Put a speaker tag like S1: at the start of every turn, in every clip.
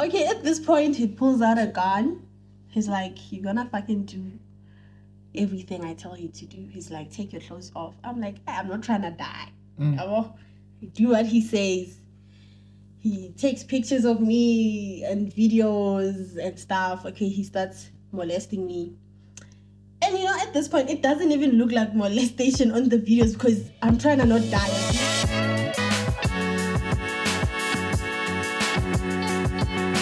S1: Okay, at this point, he pulls out a gun. He's like, You're gonna fucking do everything I tell you to do. He's like, Take your clothes off. I'm like, "Eh, I'm not trying to die.
S2: Mm.
S1: I will do what he says. He takes pictures of me and videos and stuff. Okay, he starts molesting me. And you know, at this point, it doesn't even look like molestation on the videos because I'm trying to not die.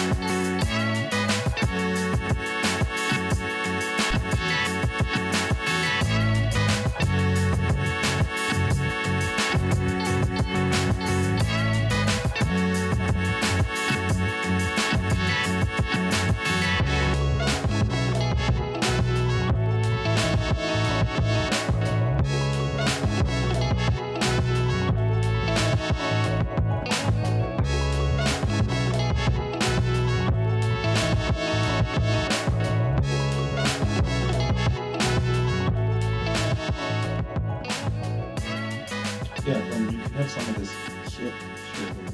S3: Yeah, when you can have some of this shit. shit.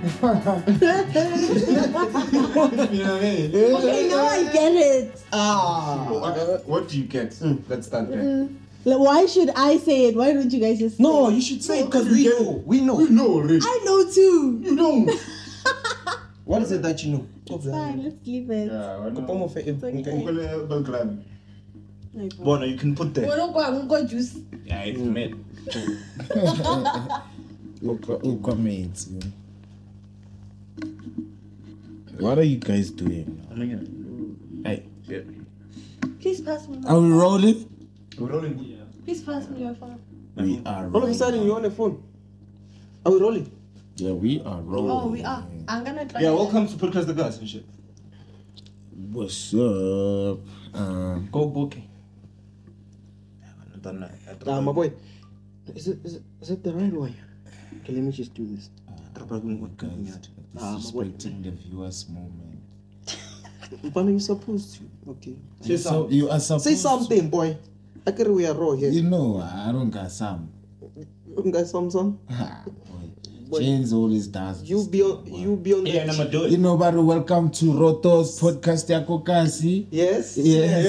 S3: you know what I mean?
S1: Okay, now I get it.
S4: Ah.
S3: What, what do you get? Let's start there.
S1: Like, why should I say it? Why don't you guys just?
S2: No,
S1: say it?
S2: you should say it
S3: No,
S2: because
S3: you
S2: we
S3: get
S2: know.
S3: it.
S2: We know.
S3: We know already.
S1: I know too.
S3: You know.
S2: What is it that you know?
S1: It's fine. Let's leave it.
S3: yeah, I
S2: Pomo
S3: know.
S2: fe- eh,
S1: okay.
S2: okay.
S3: Ukule Belgrade.
S1: Like,
S2: Bono, you can put there.
S1: Well, I'm going to juice.
S3: Yeah, it's mad.
S4: comments. you know. What are you guys doing?
S3: Oh my god.
S4: Hey.
S3: Shit.
S1: Please pass me. My
S4: Are we rolling?
S3: We're rolling.
S1: Please pass me your phone.
S4: We are
S2: All of a
S4: rolling.
S2: sudden, you're on the phone. Are we rolling?
S4: Yeah, we are rolling.
S1: Oh, we are. I'm gonna try.
S3: Yeah, welcome to Podcast The Gas and shit.
S4: What's up? Um,
S2: Go booking. Ah, my boy. Is it, is it is it the right way? Okay, let me just do this. Oh
S4: guys,
S2: Ah, my boy.
S4: disrespecting the viewers moment.
S2: But you're supposed to. Okay. Say
S4: So
S2: something.
S4: you are supposed
S2: Say something, boy. I can we are raw
S4: to-
S2: here.
S4: You know, I don't got some.
S2: You guys, some some.
S4: Ha, boy. James always does.
S2: You
S4: this
S2: be on.
S4: thing,
S2: You be on. the-
S3: Yeah, and I'ma do
S4: You
S3: it.
S4: know, but welcome to Rotos Podcast Yako Kasi.
S2: Yes.
S4: Yes.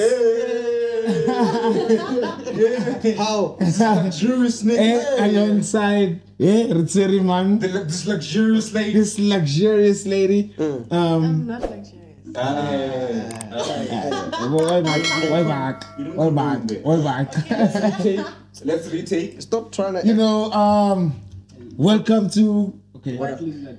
S2: How?
S3: Luxurious
S4: Eh,
S3: nigga.
S4: alongside eh, Ritseri man,
S3: The lu- This luxurious lady.
S4: this luxurious lady.
S2: Mm.
S4: Um,
S1: I'm not luxurious.
S3: Ah.
S4: uh, way back, way back, way back, way back.
S3: Let's retake.
S2: Stop trying to.
S4: you know, um, welcome to. Okay,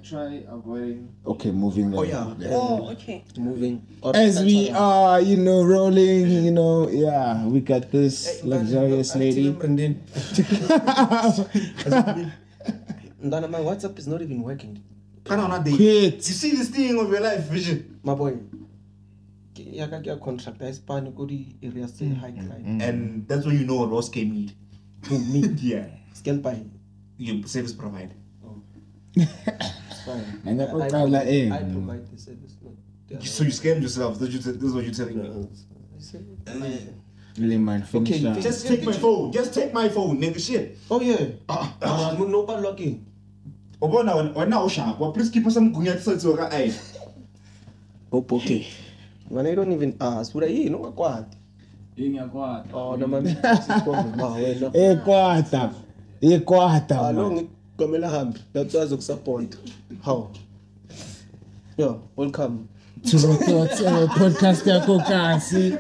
S3: Try avoiding.
S4: okay, moving.
S2: Oh
S4: on.
S2: yeah. Oh,
S1: Oh, okay.
S2: Moving.
S4: As we are, you know, rolling, you know, yeah, we got this luxurious lady.
S2: And then. Ndana, my WhatsApp is not even working,
S3: I don't know. You
S4: Quit.
S3: see this thing of your life vision.
S2: my boy. ke- ya ka ke a contract a span ko di-area tse
S4: Mm,
S2: high crime
S3: And that's when you know what Ross came need.
S2: to me
S3: Yeah.
S2: scan by
S3: Your service provider.
S2: it's fine
S4: And that
S2: I-
S4: was
S2: I,
S4: like, eh,
S2: I
S4: mm.
S2: provide the service not the other
S3: So you scammed yourself. That's you- This is what you're telling me.
S2: one. I eh. said,
S4: Really, man, finish
S2: Okay,
S4: up.
S3: Just
S2: just-
S3: take my phone. Just take my phone, nigga. Shit.
S2: oh yeah Ah, mo- no bad lucky
S3: Obona, when- when now sharp. Well, please keep us some gunya so it's okay.
S4: Oh,
S2: hope okay when I don't even ask would I you know what oh no man wena
S4: ekwata ekwata
S2: alo
S4: man.
S2: ngigomela hambi ngakwazi ukusupporta how yeah welcome
S4: to Rotos uh, podcast yakho kasi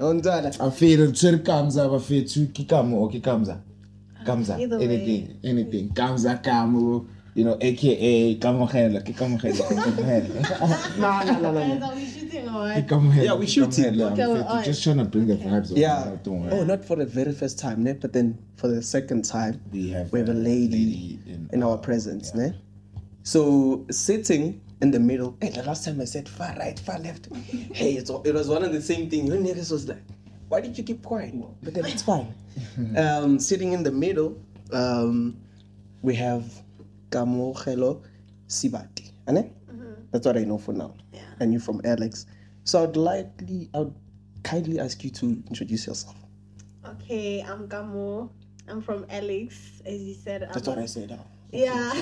S2: onzala
S4: afero tsweri kamza bafethu ke kamo okay kamza kamza
S1: Either way.
S4: anything anything kamza kamo you know aka kamogelo ke kamogelo ke kamogelo
S2: no no no no
S1: Guys, are we shooting or
S4: ke
S1: what?
S4: kamogelo
S2: Yeah, we shoot it.
S4: kamogelo,
S1: Okay,
S4: mfethu.
S1: alright.
S4: just trying to bring the vibes over,
S2: Yeah.
S4: don't worry.
S2: Oh, not for the very first time, ne? but then for the second time,
S4: we have
S2: we have a lady, in, our presence. Ne? So, sitting in the middle, hey, the last time I said far right, far left, hey, it's, all- it was one and the same thing. Your niggas was like, why did you keep quiet? But then it's fine. um, sitting in the middle, um, we have Kamogelo Sibati. ane? That's what I know for now.
S1: Yeah.
S2: And you're from Alex. So, I'd likely, I'd kindly ask you to introduce yourself.
S1: Okay, I'm Gamo. I'm from Alex. As you said, I'm
S2: That's what I said.
S1: yeah,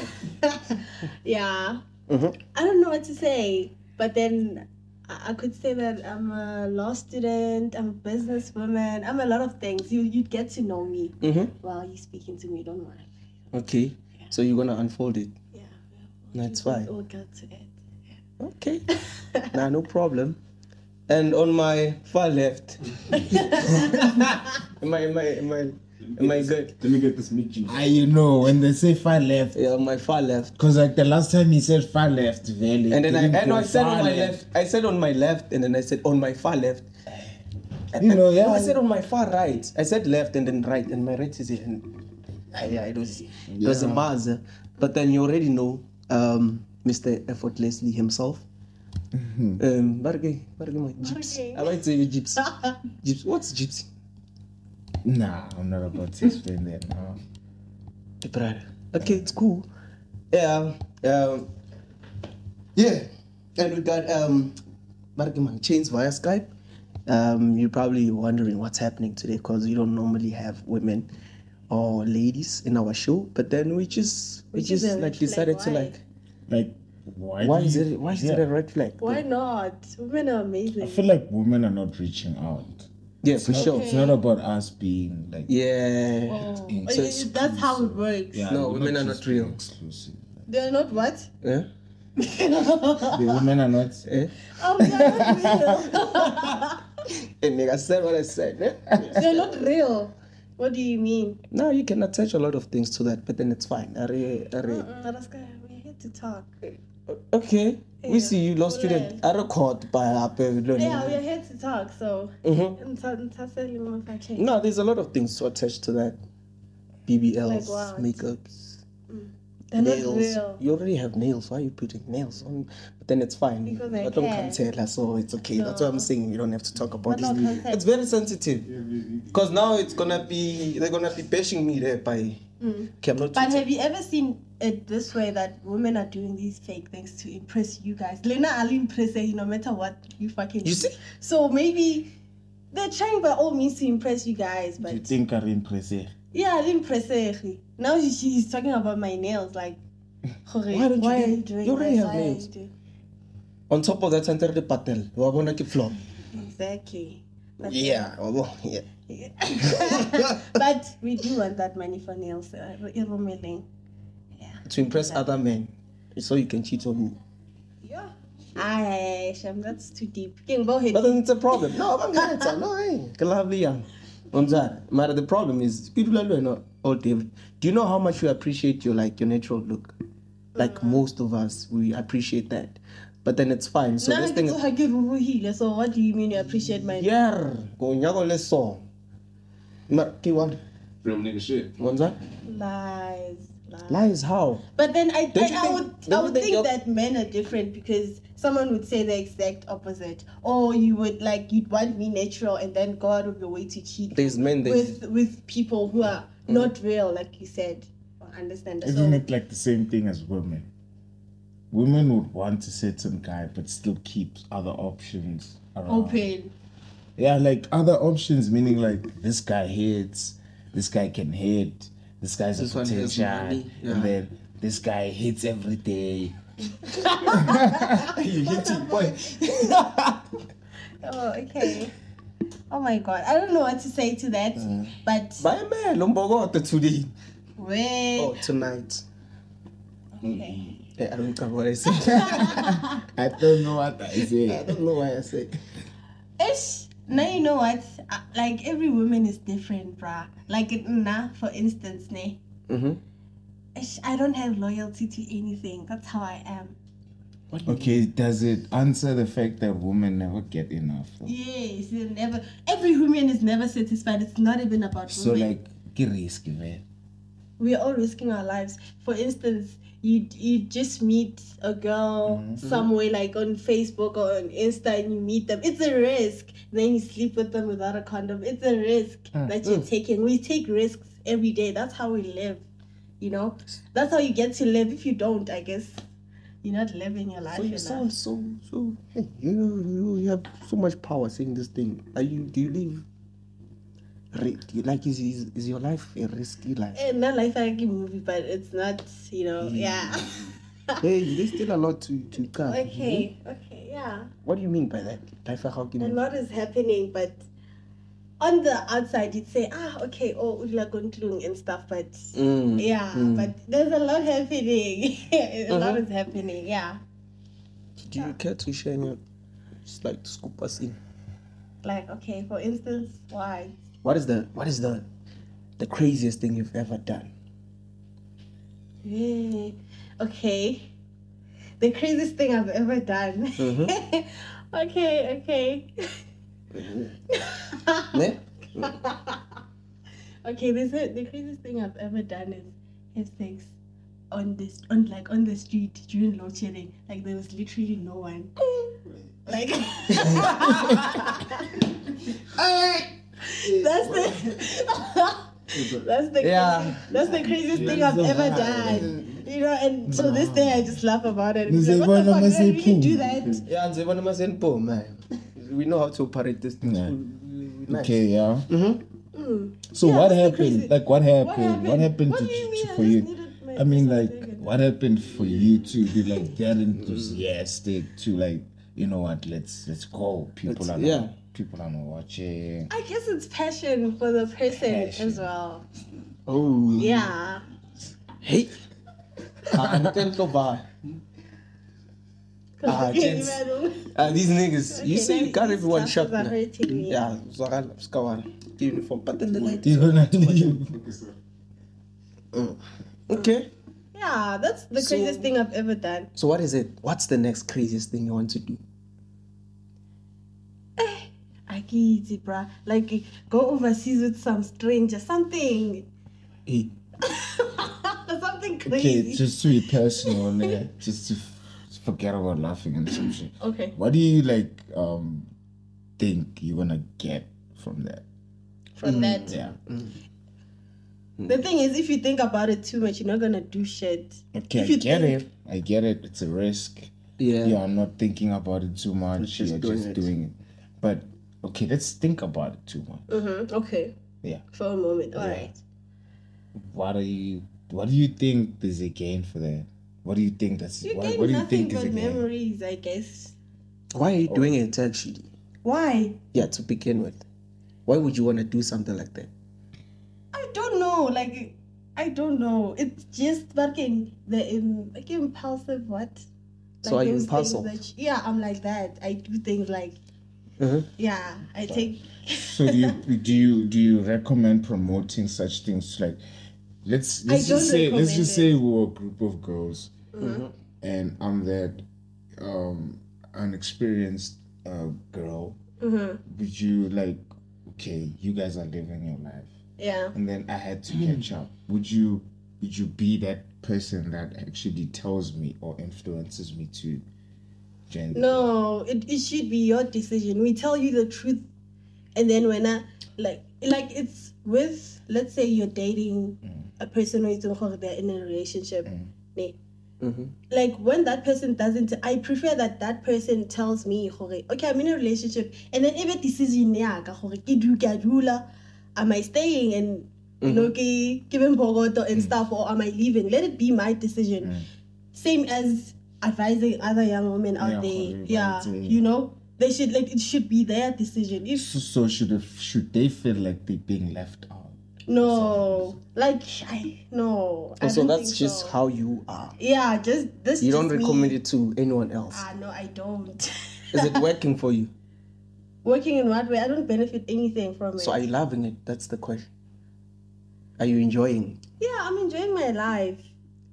S1: yeah.
S2: Mhm.
S1: I don't know what to say, but then I I could say that I'm a law student, I'm a businesswoman, I'm a lot of things. You you'd get to know me
S2: Mhm.
S1: while you're speaking to me. Don't worry.
S2: Okay. So you're gonna unfold it.
S1: Yeah, yeah.
S2: That's
S1: We
S2: fine.
S1: All got to it.
S2: Okay. nah, no problem. And on my far left, am I am I am I am I good?
S3: Let me get this meeting.
S4: I, you know, when they say far left,
S2: Yeah, on my far left.
S4: because like the last time he said far left, really.
S2: And then I
S4: didn't
S2: and
S4: go
S2: I said
S4: far
S2: on my left. I said on my left, and then I said on my far left.
S4: You know, yeah.
S2: No, I said on my far right. I said left and then right, and my right is here. And I, yeah, it was it was a Mars. But then you already know, um, Mr. Effortlessly himself.
S4: Mm-hmm.
S2: Um, barge, barge my jeeps.
S1: Barge.
S2: I might say jeeps. Jeeps. What's jeeps?
S4: Nah, I'm not about to explain that. No.
S2: Brother. Okay, it's cool. Yeah. Um, yeah. And we got um Markeman Chains via Skype. Um, you're probably wondering what's happening today because we don't normally have women or ladies in our show, but then we just we,
S1: Which is
S2: just
S1: a
S2: like
S1: red
S2: decided
S1: flag,
S2: to
S1: why?
S2: like
S4: Like, why?
S2: why
S4: do
S2: is
S4: you-
S2: it why is
S4: Yeah.
S2: it a red flag?
S1: Why not? Women are amazing.
S4: I feel like women are not reaching out.
S2: Yeah, for
S4: Not-
S2: sure.
S4: It's not about us being like.
S2: Yeah.
S1: Oh,
S4: Mm.
S1: it-
S2: So
S1: it- that's how it works.
S4: Yeah,
S2: No,
S4: we're
S2: women are
S4: just
S2: not real.
S4: Exclusive.
S1: They're not what?
S2: Yeah.
S4: the women are not.
S2: Eh?
S1: Oh, they're not real.
S2: And nigga said what I said. eh?
S1: they're not real. What do you mean?
S2: No, you can attach a lot of things to that, but then it's fine. Are, are,
S1: Uh-uh, Raska, we're here to talk.
S2: okay, we
S1: Yeah.
S2: see you, law student. I record by up.
S1: Yeah,
S2: Mm-hmm.
S1: we're here to talk. So, ntaseli mafakhe.
S2: No, there's a lot of things to attach to that. BBLs,
S1: Like what?
S2: makeups,
S1: They're not
S2: nails.
S1: real.
S2: You already have nails. Why are you putting nails on? But then it's fine.
S1: Because I
S2: but don't
S1: can.
S2: cancel us, so it's okay. That's what I'm saying. You don't have to talk
S1: But
S2: about
S1: no
S2: this.
S1: consent.
S2: It's very sensitive. Because now it's gonna be they're gonna be bashing me there by okay, I'm not
S1: Mm. But have you ever seen it this way that women are doing these fake things to impress you guys? Lena Ali impress you no matter what you fucking
S2: You
S1: do.
S2: see?
S1: So maybe they're trying by all means to impress you guys,
S4: Do you
S1: but
S4: think are impressive?
S1: yeah, I impress her. Now she- she's talking about my nails, like why,
S2: don't you
S1: why
S2: do-
S1: are you doing
S2: you already
S1: this?
S2: have
S1: Why are you
S2: nails.
S1: doing-
S2: on top of that under the patel. We're gonna keep flop.
S1: Exactly. But-
S2: Yeah, well, yeah.
S1: but we do want that money for nails. Uh, irumele.
S2: to impress other men so you can cheat on me.
S1: yeah. Aye, Shem, that's too deep. King, go ahead.
S2: But then it's a problem. No, I'm not gonna no, hey. Lovely young. Mara, the problem is people are not all day. Do you know how much we appreciate your like your natural look? Like most of us, we appreciate that. But then it's file. So
S1: Now
S2: this
S1: I
S2: thing
S1: get to hug you, Ruru Hile, so what do you mean you appreciate my
S2: Yeah, go nyago le song. Mara, ke one.
S3: From nigga shit.
S2: Monza?
S1: lies? lies.
S2: Lies how?
S1: But then I,
S2: Don't
S1: I,
S2: you
S1: I
S2: think-
S1: would I
S2: don't you
S1: would
S2: think
S1: think
S2: you're-
S1: that men are different because someone would say the exact opposite. Or you would like you'd want me natural and then go out of your way to cheat
S2: There's men that
S1: with with people who are
S2: Mm.
S1: not real, like you said. I understand. So,
S4: Isn't it like the same thing as women? Women would want a certain guy, but still keep other options around.
S1: open.
S4: Yeah, like other options, meaning like this guy hits, this guy can hit, this guy's
S2: This
S4: a
S2: one has
S4: potential,
S2: money, yeah.
S4: and then this guy hits every day.
S2: you hitting boy.
S1: Oh, okay. Oh my god. I don't know what to say to that.
S2: Mm.
S1: but
S2: Bye man, lombogoto today.
S1: wait.
S2: Oh, tonight.
S1: Okay.
S2: Eh, I don't know what I said.
S4: I don't know what I
S2: I
S4: say.
S2: don't know why I said.
S1: Ish. Now you know what? Uh, Like every woman is different, bruh. Like nah, for instance, ne.
S2: Mm-hmm.
S1: Ish, I don't have loyalty to anything. That's how I am.
S4: Okay, does it answer the fact that women never get enough?
S1: Yes, you never. Every woman is never satisfied. It's not even about
S4: So
S1: women.
S4: like, get risky, man.
S1: we're all risking our lives. For instance, you you just meet a girl somewhere like on Facebook or on Insta and you meet them. It's a risk. Then you sleep with them without a condom. It's a risk that you're taking. We take risks every day. That's how we live. You know? That's how you get to live. If you don't, I guess you're not living your life
S2: So you
S1: enough.
S2: sound so so. Hey, you you you have so much power saying this thing. Are you do you live? Re- like, is, is, is your life a risky life?
S1: Eh, not like a movie, but it's not, you know, yeah.
S2: hey, there's still a lot to, to come.
S1: okay, okay, yeah.
S2: What do you mean by that? Life how can
S1: A lot is happening, but on the outside, you'd say, ah, okay, oh, Ula Guntlung and stuff, but
S2: Mm. Uh-huh.
S1: yeah, but there's a lot happening. a lot is happening, yeah.
S2: Do you care to share any, just like to scoop us in?
S1: Like, okay, for instance, why?
S2: What is the what is the the craziest thing you've ever done?
S1: Yeah. Eh, Okay. The craziest thing I've ever done.
S2: Mm-hmm.
S1: okay, okay.
S2: Ne?
S1: okay, they said the craziest thing I've ever done is have sex on this on like on the street during load shedding. Like there was literally no one. like that's the that's the
S2: Yeah.
S1: craziest- that's the craziest thing I've ever done. You know, and so this day I just laugh about it. It's
S4: Is
S1: like,
S4: it
S1: what the
S4: one of
S1: fuck?
S4: my
S1: Did I
S4: say
S1: really do
S4: poo?
S1: that?
S2: Yeah, Nzebana Masen Po, man. We know how to operate this thing.
S4: Yeah.
S2: We- we- we nice.
S4: Okay, yeah.
S1: Mm.
S4: So
S1: Yeah,
S4: what
S1: that's the
S4: happened?
S1: crazy-
S4: Like what
S1: What
S4: happened?
S1: happened?
S4: What happened
S1: What
S4: to,
S1: do you mean?
S4: to-
S1: I
S4: for
S1: just
S4: you?
S1: needed my-
S4: I mean,
S1: something
S4: like
S1: and-
S4: what happened for you to be like that
S1: Mm-hmm.
S4: enthusiastic to like you know what? Let's let's go. People
S2: Let's-
S4: are
S2: yeah.
S4: not, people are not watching.
S1: I guess it's passion for the person as
S4: Passion.
S1: well.
S2: Oh.
S1: Yeah.
S2: Hey. Ah, Anten Toba. Ah, gents. Ah, these niggas. you say you got everyone shot.
S1: Are
S2: nah.
S1: hurting me.
S2: Yeah, Zagala, Skawana. Uniform. But then the light.
S4: They're gonna leave.
S2: Okay.
S1: Yeah, that's the
S2: So-
S1: craziest thing I've ever done.
S2: So what is it? What's the next craziest thing you want to do?
S1: I get it, bruh. Like, go overseas with some stranger, something.
S2: Hey.
S1: something
S4: Okay,
S1: crazy.
S4: just to be personal, yeah, just to f- forget about laughing and some shit.
S1: Okay.
S4: What do you like um think you're gonna get from that?
S1: From that.
S4: Mm, Yeah.
S1: The thing is, if you think about it too much, you're not gonna do shit.
S4: Okay, I
S1: If you
S4: get
S1: think-
S4: it. I get it. It's a risk.
S2: Yeah.
S4: Yeah, I'm not thinking about it too much.
S2: just
S4: You're
S2: doing
S4: just
S2: it.
S4: doing it. But okay, let's think about it too much.
S1: Mm-hmm. Okay.
S4: Yeah.
S1: For a moment. All
S4: Yeah.
S1: right.
S4: What do you what do you think there's a gain for that? What do you think that's
S1: You
S4: what,
S1: gain
S4: what do you
S1: nothing
S4: think is
S1: but
S4: a gain?
S1: memories, I guess.
S2: Why are you doing it actually?
S1: Why?
S2: Yeah, to begin with. Why would you want to do something like that?
S1: I don't know. Like, I don't know. It's just fucking the im- like impulsive what?
S2: So are you
S1: those things
S2: impulsive?
S1: that you- yeah, I'm like that. I do things like
S2: Uh-huh.
S1: yeah. I take
S4: So do you do you do you recommend promoting such things like let's
S1: I
S4: let's just
S1: don't
S4: say
S1: recommend
S4: let's
S1: Mm-hmm.
S4: just say we were a group of girls and I'm that um unexperienced uh, girl.
S1: Mm-hmm.
S4: Would you like okay, you guys are living your life.
S1: yeah.
S4: and then I had to
S1: Hmm.
S4: catch up. Would you would you be that person that actually tells me or influences me to gender?
S1: No, it, it should be your decision. We tell you the truth, and then when I like like it's with let's say you're dating
S2: Mm.
S1: a person who is in Gore, they're in a relationship. ne? Like when that person doesn't, I prefer that that person tells me, gore, okay, I'm in a relationship, and then every decision, yeah, am I staying and you know, ke-
S2: Mm-hmm.
S1: ke beng bogoto
S2: Mm.
S1: and stuff, or am I leaving? Let it be my decision. Same as advising other young women out
S4: Yeah,
S1: there,
S4: gore,
S1: yeah,
S4: right, eh.
S1: you know, they should like it should be their decision. If
S4: So, so should if, should they feel like they're being left out?
S1: no, like I no, I
S2: so
S1: don't
S2: that's
S1: think
S2: just
S1: so.
S2: how you are.
S1: yeah, just this.
S2: You don't
S1: just me.
S2: recommend it to anyone else.
S1: Ah, no, I don't.
S2: Is it working for you?
S1: Working in what way? I don't benefit anything from it.
S2: So are you loving it? That's the question. Are you enjoying?
S1: yeah, I'm enjoying my life.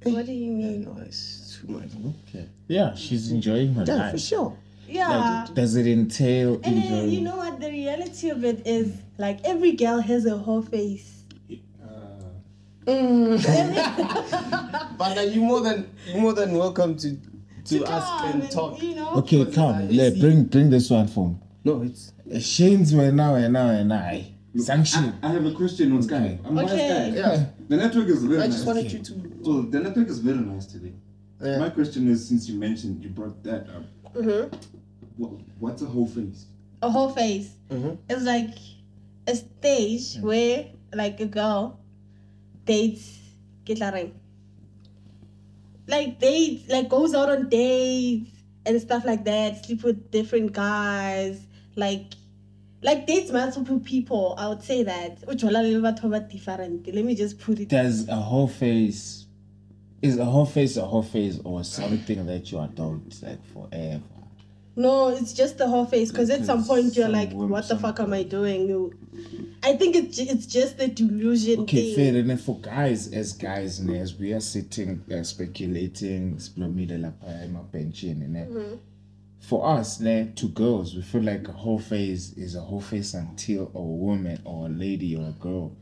S1: What do you mean?
S2: No, it's too much.
S4: Okay. Yeah, she's enjoying her
S2: Yeah,
S4: life.
S2: for sure.
S1: Yeah.
S4: Like, does it entail
S1: And then
S4: enjoying?
S1: you know what? The reality of it is, like, every girl has a whole face.
S2: But are you more than you more than welcome to to, ask
S1: Come
S2: and
S1: and,
S2: talk.
S1: You know?
S4: okay, come, yeah, bring bring this one for me.
S2: No, it's
S4: Shane's were now and now and I.
S3: I,
S4: Sanction.
S3: I have a question on Skype. I'm
S1: Okay.
S3: via Skype.
S4: Yeah.
S3: The network is very
S2: I
S3: nice.
S2: just wanted you to
S3: So the network is very nice today.
S2: Yeah. Mm-hmm.
S3: My question is, since you mentioned you brought that up, wha- what's a whole face?
S4: Mm-hmm.
S1: A whole face. It's like a stage
S4: Mm.
S1: where like a girl dates get la ring. Like dates, like goes out on dates and stuff like that, sleep with different guys, like like dates multiple people. I would say that. Ujwala le batho ba different. Let me just put it
S4: Does a whole face is a whole face a whole face or something that you adult like forever?
S1: No, it's just the whole face because at some
S4: Because
S1: point you're
S4: some
S1: like,
S4: women-
S1: what the
S4: some
S1: fuck am I doing? You, I think it's ju- it's just the delusion
S4: Okay,
S1: thing.
S4: fair. And then for guys, as guys, ne, as we are sitting uh, speculating, splomile lapha emabhentshini, e ne,
S1: Mm-hmm.
S4: for us, ne, to girls, we feel like a whole face is a whole face until a woman or a lady or a girl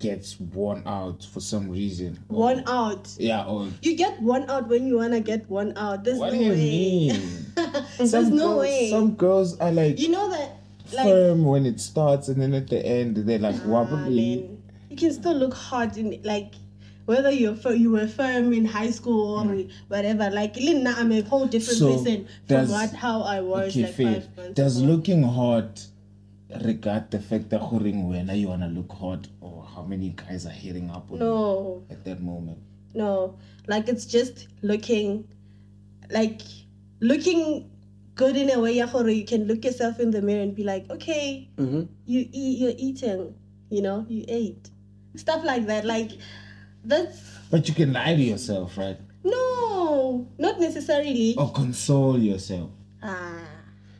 S4: gets worn out for some reason. or-
S1: Worn out.
S4: Yeah, or
S1: You get worn out when you wanna get worn out. There's
S4: what
S1: no
S4: do you
S1: way.
S4: mean?
S1: There's
S4: Some
S1: no
S4: girls-
S1: way.
S4: Some girls are like
S1: You know that, like,
S4: firm when it starts, and then at the end they're like
S1: ah,
S4: wobbly.
S1: man, you can still look hard in like. Whether you're fir- you were firm in high school or whatever, like Lina, I'm a whole different
S4: Hmm. So,
S1: person from
S4: does-
S1: what how I was
S4: Okay,
S1: like
S4: fair.
S1: five months
S4: Does
S1: ago.
S4: looking hot regard the fact that horing whether you wanna look hot or how many guys are hitting up on you
S1: no.
S4: at that moment?
S1: No, like it's just looking, like looking good in a way ya gore you can look yourself in the mirror and be like, okay,
S2: Mm-hmm.
S1: you eat, you're eating, you know, you ate, stuff like that. Like that's
S4: But you can lie to yourself, right?
S1: no, not necessarily.
S4: Or console yourself.
S1: Ah,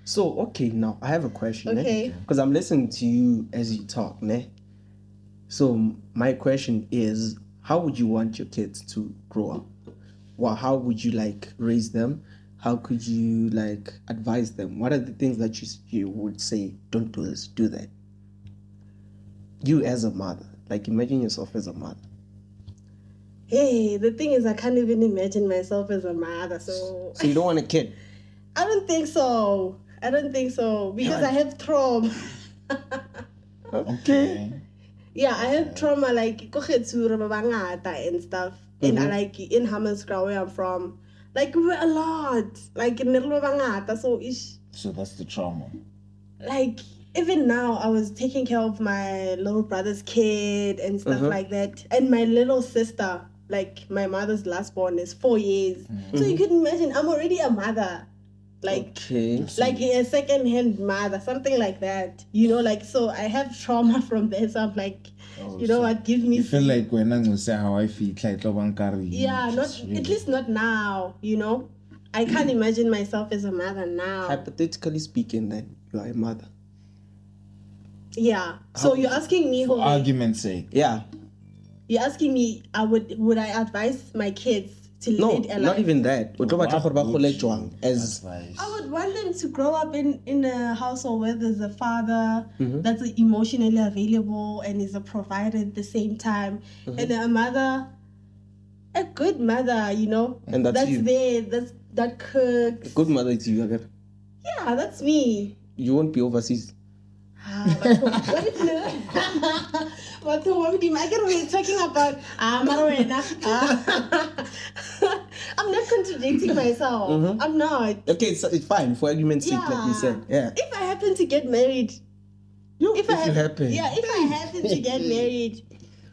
S2: So okay, now I have a question. eh?
S1: Okay.
S2: Because I'm listening to you as you talk, ne? So m- my question is, how would you want your kids to grow up? Well, how would you like raise them? How could you like advise them? What are the things that you s- you would say? Don't do this. Do that. You as a mother, like imagine yourself as a mother.
S1: hey, the thing is, I can't even imagine myself as a mother, so
S2: So you don't want a kid.
S1: I don't think so. I don't think so because I have trauma.
S4: Eh?
S2: Okay.
S1: yeah, I have trauma like ko Getshura ba bangata and stuff. And I like in Hammerskraal where I'm from, like we were a lot, like in Nerlo bangata. So ish,
S4: So that's the trauma.
S1: like even now I was taking care of my little brother's kid and stuff
S4: Mm-hmm.
S1: like that, and my little sister. Like my mother's last born is four years, so
S4: Mm-hmm.
S1: you can imagine I'm already a mother, like
S4: Oh,
S2: Okay.
S1: like a second hand mother, something like that. You know, like so I have trauma from there. So I'm like,
S4: Oh,
S1: you know
S4: so
S1: what? Give me
S4: You feel like when I'm say how I feel like
S1: yeah not at least not now you know i can't imagine myself as a mother now
S2: Hypothetically speaking, then you are a mother.
S1: yeah so you're asking me
S4: for
S1: Jorge,
S4: argument's sake.
S2: Yeah.
S1: you're asking me i would would i advise my kids to
S2: No,
S1: lead a
S2: not
S1: life
S2: even that. O tlo batla
S4: What
S2: gore ba
S4: would
S2: gole
S4: you
S2: jwang As
S4: advise?
S1: I would want them to grow up in, in a household where there's a father
S2: Mm-hmm.
S1: that's emotionally available and is a provider at the same time,
S2: Mm-hmm.
S1: and a mother, a good mother, you know,
S2: And that's you.
S1: there, that's that cooks.
S2: good mother it's you Agata.
S1: Yeah, that's me.
S2: you won't be overseas
S1: Ah, batho- what if no? Batho ba Modimo, I get what you're talking about. Ah, mara wena. Ah. I'm not contradicting myself.
S4: Mm-hmm.
S1: I'm not.
S2: okay it's, it's fine for argument's sake like you said yeah
S1: If I happen to get married,
S2: you,
S1: if, I
S2: you
S1: happen,
S2: happen
S1: yeah, if I happen to get married,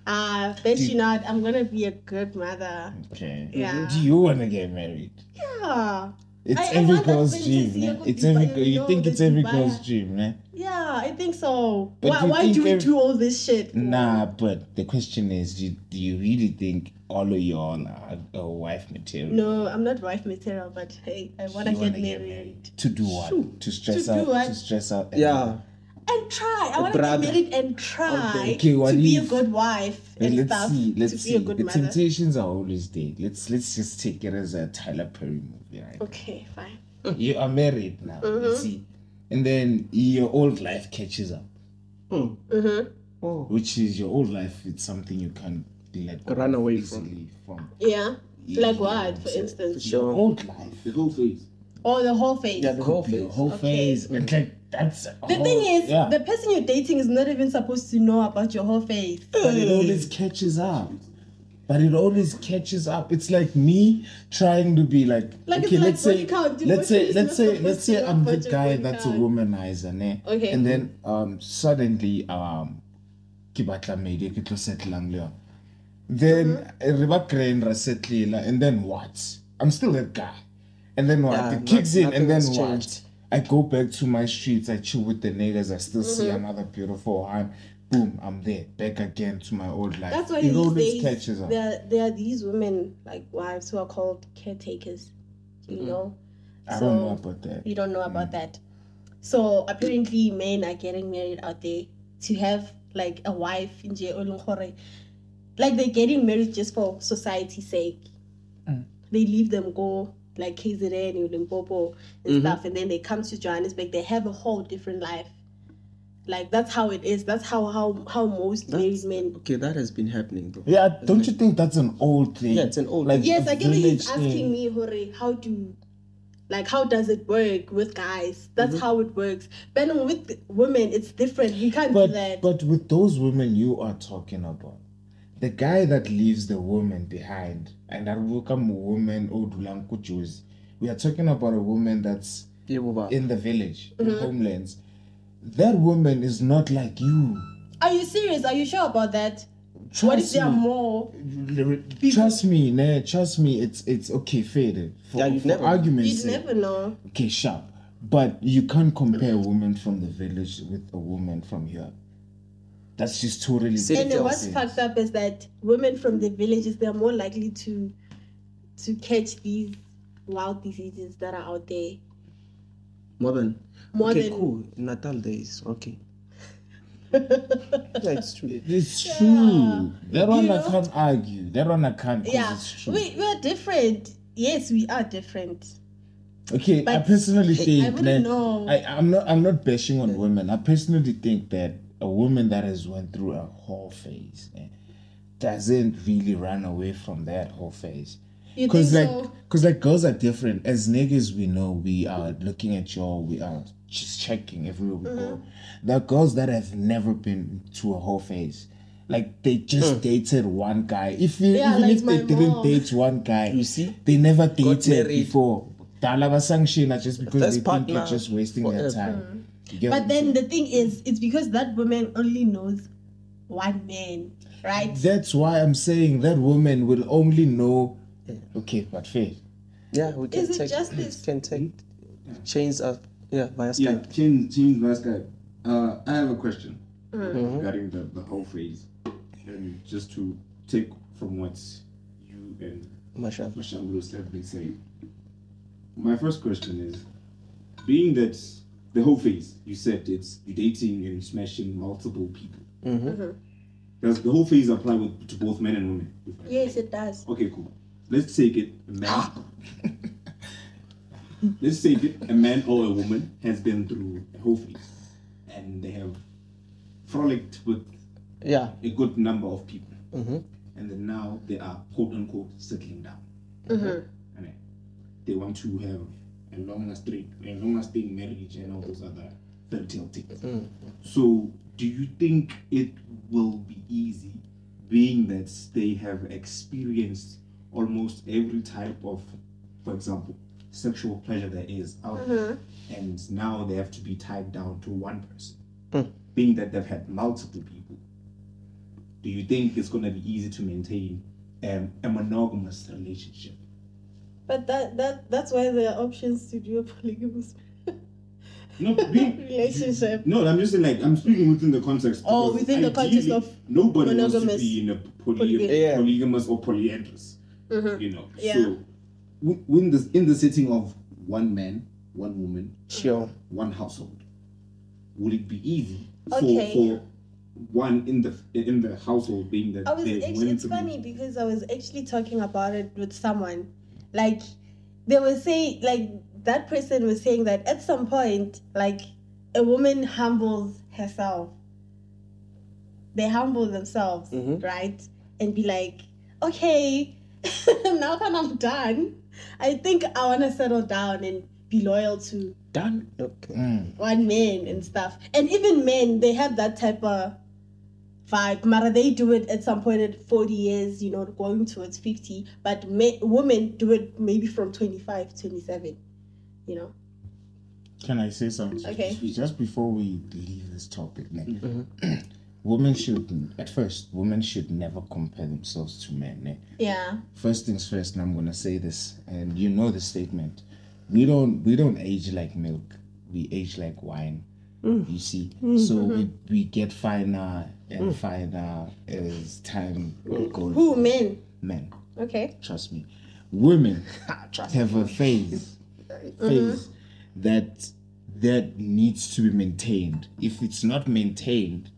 S1: ah, bet you not, I'm gonna be a good mother.
S4: Okay.
S1: Yeah.
S4: Mm-hmm. Do you wanna get married?
S1: Yeah,
S4: It's
S1: I- I
S4: every
S1: want that
S4: girl's
S1: fantasy
S4: dream,
S1: of
S4: man.
S1: a
S4: It's
S1: Dubai,
S4: every
S1: you
S4: girl. You
S1: know,
S4: think
S1: the
S4: it's every
S1: Dubai.
S4: girl's dream, eh? man.
S1: yeah, I think so.
S4: But
S1: why
S4: you
S1: why
S4: think
S1: do we
S4: ev-
S1: do all this shit?
S4: Nah, but the question is, do, do you really think all of y'all are, are wife material?
S1: No, I'm not wife material, but hey, I wanna
S4: You
S1: get
S4: wanna get
S1: married.
S4: To do what? To stress
S1: To do
S4: out.
S1: what?
S4: To stress out.
S2: yeah
S1: and try. I want to get
S2: brother.
S1: married and try
S4: Okay, what
S1: to be a
S4: if-
S1: good wife
S4: Hey,
S1: and
S4: let's
S1: stuff.
S4: see. Let's
S1: to be
S4: see.
S1: a good
S4: the
S1: mother.
S4: temptations are always there. Let's let's just take it as a Tyler Perry movie, right?
S1: Okay, Mm-hmm. fine.
S4: you are married now. You see, and then your old life catches up,
S2: Hmm.
S1: Mm-hmm,
S2: oh
S4: which is your old life. It's something you can like
S2: Run away from.
S4: easily from.
S1: Yeah. Like what, for
S4: So-
S1: instance?
S4: Your old life.
S3: The whole phase.
S1: Or the whole face.
S2: Oh, yeah the whole
S4: The
S2: face
S4: whole
S1: Okay.
S4: phase. It's like that's a
S1: The
S4: whole-
S1: thing is,
S4: Oh, yeah.
S1: the person you're dating is not even supposed to know about your whole face.
S4: but it always catches up. But it always catches up. It's like me trying to be like,
S1: Like, it's
S4: okay,
S1: like
S4: let's say,
S1: body count, dude.
S4: let's say,
S1: You're
S4: let's say,
S1: supposed
S4: let's
S1: to
S4: say
S1: know
S4: I'm the
S1: what you're
S4: guy
S1: doing
S4: that's a
S1: count.
S4: womanizer, ne?
S1: Okay.
S4: And then um suddenly um, ke batla madi ke tlo settleang le yona. Then
S1: Mm-hmm.
S4: river crane ra settle, and then what? I'm still that guy. And then what?
S2: Yeah,
S4: it kicks
S2: not-
S4: in, and then
S2: nothing's
S4: what?
S2: changed.
S4: I go back to my streets. I chill with the niggas. I still see
S1: Mm-hmm.
S4: another beautiful one. Boom, I'm there, back again to my old life.
S1: That's why
S4: it
S1: these
S4: always
S1: days
S4: catches up.
S1: there there are these women like wives who are called caretakers. You know,
S4: Mm-hmm. I don't know
S1: so-
S4: about that.
S1: you don't know about that. So apparently, men are getting married out there to have like a wife in jail. Like they're getting married just for society's sake. They leave them go like KZN and Limpopo and stuff, and then they come to Johannesburg. They have a whole different life. Like that's how it is. That's how how how most married men
S2: Okay, that has been happening though.
S4: Yeah, don't you think that's an old thing?
S2: Yeah, it's an old
S4: like
S2: thing.
S1: Yes,
S4: a
S1: I get it.
S4: village
S1: He's asking
S4: thing.
S1: me, Hore, how do, like, how does it work with guys? That's
S4: Mm-hmm.
S1: how it works. But no, with women, it's different. You can't do
S4: But
S1: that.
S4: but with those women you are talking about, the guy that leaves the woman behind and that will come a woman odulanku Jews. We are talking about a woman that's
S2: Yeah, Boba.
S4: in the village,
S1: Mm-hmm.
S4: in homelands. That woman is not like you.
S1: Are you serious? Are you sure about that?
S4: Trust
S1: What if there are
S4: me.
S1: more?
S4: Trust me, nah, trust me. It's it's okay, faded. For,
S2: Yeah, you'd
S4: for
S2: never-
S4: argument's
S1: You'd
S4: sake.
S1: never know.
S4: Okay, sharp. But you can't compare a woman from the village with a woman from here. That's just totally
S2: City
S1: And
S2: It
S1: then
S2: tells
S1: what's
S4: different.
S1: fucked up is that women from the villages they are more likely to, to catch these wild diseases that are out there.
S2: More than.
S1: More
S2: okay,
S1: than-
S2: cool. Natal days. Okay. yeah, it's true.
S4: It's true. That one
S1: You
S4: I
S1: know?
S4: can't argue. That one I can't 'cause
S1: Yeah,
S4: it's true.
S1: we we are different. Yes, we are different.
S4: okay, I
S1: but
S4: personally think
S1: wouldn't
S4: that
S1: know.
S4: I, I'm not I'm not bashing on women. I personally think that a woman that has went through a whole phase eh, doesn't really run away from that whole phase.
S1: You think
S4: Cause like,
S1: so?
S4: cause like girls are different. As niggas, we know we are looking at y'all. We are just checking everywhere we go.
S1: Mm-hmm.
S4: There are girls that have never been to a whole phase. Like they just dated one guy. If you,
S1: Yeah,
S4: even
S1: like
S4: if they
S1: my
S4: didn't
S1: mom.
S4: date one guy,
S2: You see?
S4: they never dated
S2: married.
S4: before. Dalava sanctiona just because
S2: That's
S4: they think you're
S2: partner
S4: just wasting their
S2: forever.
S4: time. You get what
S1: Mm. But
S4: I'm
S1: then
S4: saying?
S1: the thing is, it's because that woman only knows one man, right?
S4: that's why I'm saying that woman will only know. Okay, but fair.
S2: Yeah, we can
S1: Is it
S2: take.
S1: justice?
S2: We can take.
S4: Hmm?
S2: Chains up. Yeah, via
S3: Yeah,
S2: Skype.
S3: change, change last guy. Uh, I have a question regarding the, the whole phase. And just to take from what you and
S2: Mashallah.
S3: Mashambulos have been saying, my first question is being that the whole phase, you said it's you dating and smashing multiple people. Does the whole phase apply with, to both men and women?
S1: Yes, it does.
S3: Okay, cool. Let's take it a man. Let's take it a man or a woman has been through a whole phase and they have frolicked with
S2: Yeah.
S3: a good number of people. And then now they are quote unquote settling down. And then they want to have a long lasting, a long lasting marriage and all those other fairy tale things. So, do you think it will be easy, being that they have experienced almost every type of, for example, sexual pleasure there is out there, and now they have to be tied down to one person, being that they've had multiple people? Do you think it's going to be easy to maintain um, a monogamous relationship?
S1: But that that that's why there are options to do a polygamous
S3: No, being,
S1: relationship.
S3: No, I'm just saying, like, I'm speaking within the context.
S1: Oh,
S3: because
S1: within the context
S3: ideally,
S1: of
S3: nobody
S1: monogamous-
S3: wants to be in a poly-
S1: polyga-
S2: Yeah.
S3: polygamous or polyandrous. You know,
S1: Yeah.
S3: so w- in the in the setting of one man, one woman,
S2: Sure.
S3: one household, would it be easy for
S1: Okay.
S3: for one in the in the household being that
S1: I was
S3: they
S1: actually,
S3: went
S1: it's
S3: through-
S1: funny because I was actually talking about it with someone. Like, they were saying, like, that person was saying that at some point, like, a woman humbles herself. They humble themselves, right? And be like, okay, now that I'm done, I think I want to settle down and be loyal to
S2: Done. Okay.
S4: Mm.
S1: one man and stuff. And even men, they have that type of vibe. Mara, they do it at some point at 40 years, you know, going towards 50. But men, women do it maybe from 25, 27, you know.
S4: Can I say something?
S1: Okay.
S4: Just before we leave this topic, man. women should, at first, women should never compare themselves to men. eh?
S1: Yeah.
S4: First things first, and I'm gonna say this, and you know the statement. We don't we don't age like milk. We age like wine.
S1: Mm.
S4: You see, so we,
S1: Mm-hmm.
S4: we get finer and finer as time goes.
S1: Mm. Who, men?
S4: Men,
S1: Okay.
S4: trust me. Women have a phase, phase that that needs to be maintained. If it's not maintained,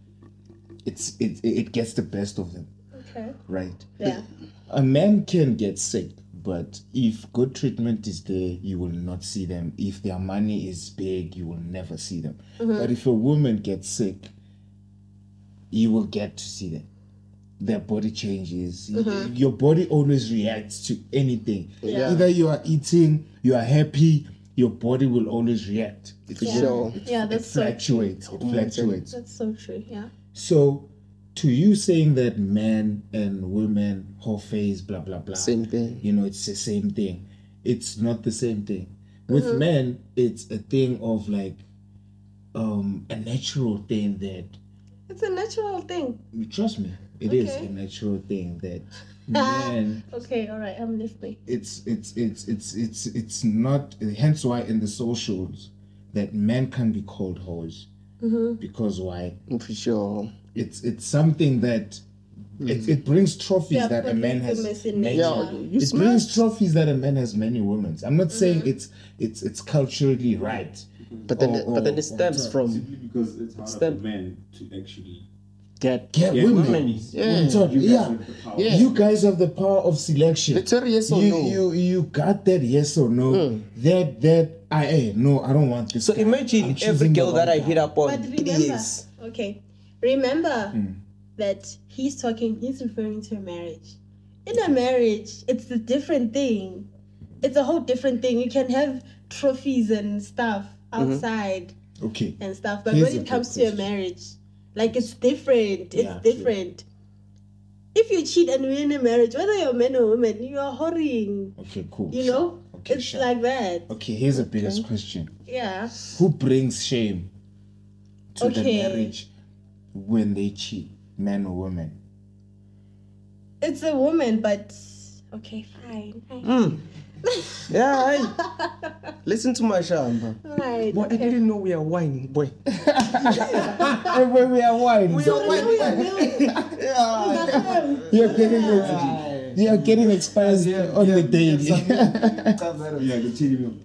S4: it's it it gets the best of them,
S1: Okay.
S4: right?
S1: Yeah.
S4: A man can get sick, but if good treatment is there, you will not see them. If their money is big, you will never see them.
S1: Mm-hmm.
S4: But if a woman gets sick, you will get to see them. Their body changes. Your body always reacts to anything.
S1: Mm-hmm. Yeah.
S4: Either you are eating, you are happy, your body will always react. It, will-
S2: Sure.
S4: it-
S1: Yeah,
S4: it
S1: that's so
S4: fluctuates. It fluctuates.
S1: That's so true. Yeah.
S4: So, to you saying that men and women, whole face, blah blah blah,
S2: Same thing.
S4: You know, it's the same thing. It's not the same thing. With
S1: Mm-hmm.
S4: men, it's a thing of like um a natural thing that
S1: It's a natural thing.
S4: trust me, it is
S1: Okay.
S4: a natural thing that men.
S1: Okay. All right. I'm listening.
S4: It's it's it's it's it's it's not. Hence why in the socials that men can be called whores
S1: Mm-hmm.
S4: because why
S2: For sure.
S4: it's it's something that it, it brings trophies
S1: Yeah,
S4: that a
S1: but
S4: man
S1: it's
S4: has
S1: goodness in
S4: many.
S1: nature.
S2: Yeah, you, you
S4: it
S2: smash.
S4: brings trophies that a man has many women. I'm not
S2: Mm-hmm.
S4: saying it's it's it's culturally right.
S2: But then,
S4: Oh,
S2: but then
S4: oh,
S2: it stems
S4: oh,
S2: from
S3: Simply because it's hard
S2: Stem.
S3: for men to actually.
S2: get
S4: Get
S2: get
S4: women.
S2: Yeah.
S4: So,
S3: You guys
S4: yeah.
S3: have the power.
S2: Yeah.
S4: You guys have the power of selection.
S2: Literally, yes or
S4: you,
S2: no. Hmm.
S4: you you got that yes or no. That that I eh, no, I don't want this.
S2: so
S4: guy. I'm
S2: imagine every
S4: choosing the
S2: girl that I
S4: wrong
S2: hit
S4: guy.
S2: up on
S1: But
S2: three
S1: remember,
S2: years.
S1: okay, remember
S4: Hmm.
S1: that he's talking, he's referring to a marriage. In a marriage, it's a different thing. It's a whole different thing. You can have trophies and stuff outside
S4: Okay.
S1: and stuff, but
S4: Here's
S1: when it
S4: Mm-hmm. a good
S1: comes to a
S4: question.
S1: marriage, like it's different. It's
S4: Yeah, true.
S1: different. If you cheat and we're in a marriage, whether you're a man or woman, you are whoring.
S4: Okay. Cool.
S1: You
S4: sure.
S1: know,
S4: Okay.
S1: it's
S4: sure.
S1: like that.
S4: okay. Here's the biggest question.
S1: Yeah.
S4: Who brings shame to
S1: Okay.
S4: the marriage when they cheat, men or women?
S1: It's a woman, but okay, fine.
S2: Hmm. Yeah, aye. listen to my shamba.
S4: Hmm.
S1: Right.
S2: Boy, I
S1: okay.
S2: didn't know we are whining, boy.
S4: And when we are wine,
S2: We are
S1: Sorry,
S2: whining.
S1: we are building.
S4: you're getting it. You're getting exposed on the daily.
S3: Yeah, continue.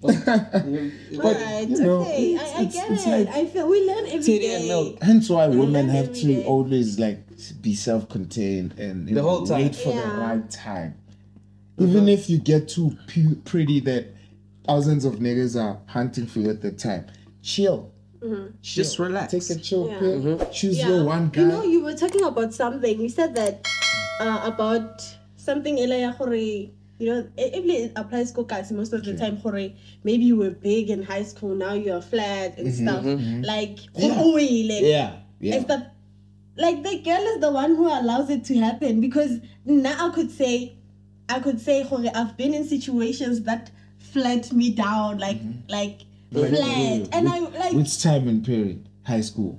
S1: Right,
S4: you know,
S1: okay.
S4: it's-
S1: I, I
S4: it's-
S1: get
S4: it's
S1: it.
S4: like-
S1: I feel we learn every
S2: Titty and
S1: day.
S2: milk.
S4: Hence why women
S1: learn
S4: have
S1: every
S4: to
S1: day.
S4: always like be self-contained and you
S2: The
S4: know,
S2: whole time. Uh-huh.
S4: wait for the
S1: Yeah.
S4: right time. Even if you get too pu- pretty that thousands of niggas are hunting for you at the time, chill.
S2: Just relax. Mm-hmm.
S4: Take a chill
S1: Mm-hmm. Yeah.
S4: pill. Choose
S1: Yeah.
S4: your one guy.
S1: You know, you were talking about something. You said that uh, about something ela ya gore, you know, e- ebile it applies ko kasi most of the time gore maybe you were big in high school, now you're flat and stuff. Like,
S4: Mm-hmm, Yeah.
S1: go away, like,
S4: Yeah. Yeah.
S1: and stuff. Like the girl is the one who allows it to happen because now I could say, I could say, "Gore, I've been in situations that flat me down, like like
S4: Like,
S1: flat,
S4: wait,
S1: and
S4: which,
S1: I like
S4: which time and period? High school.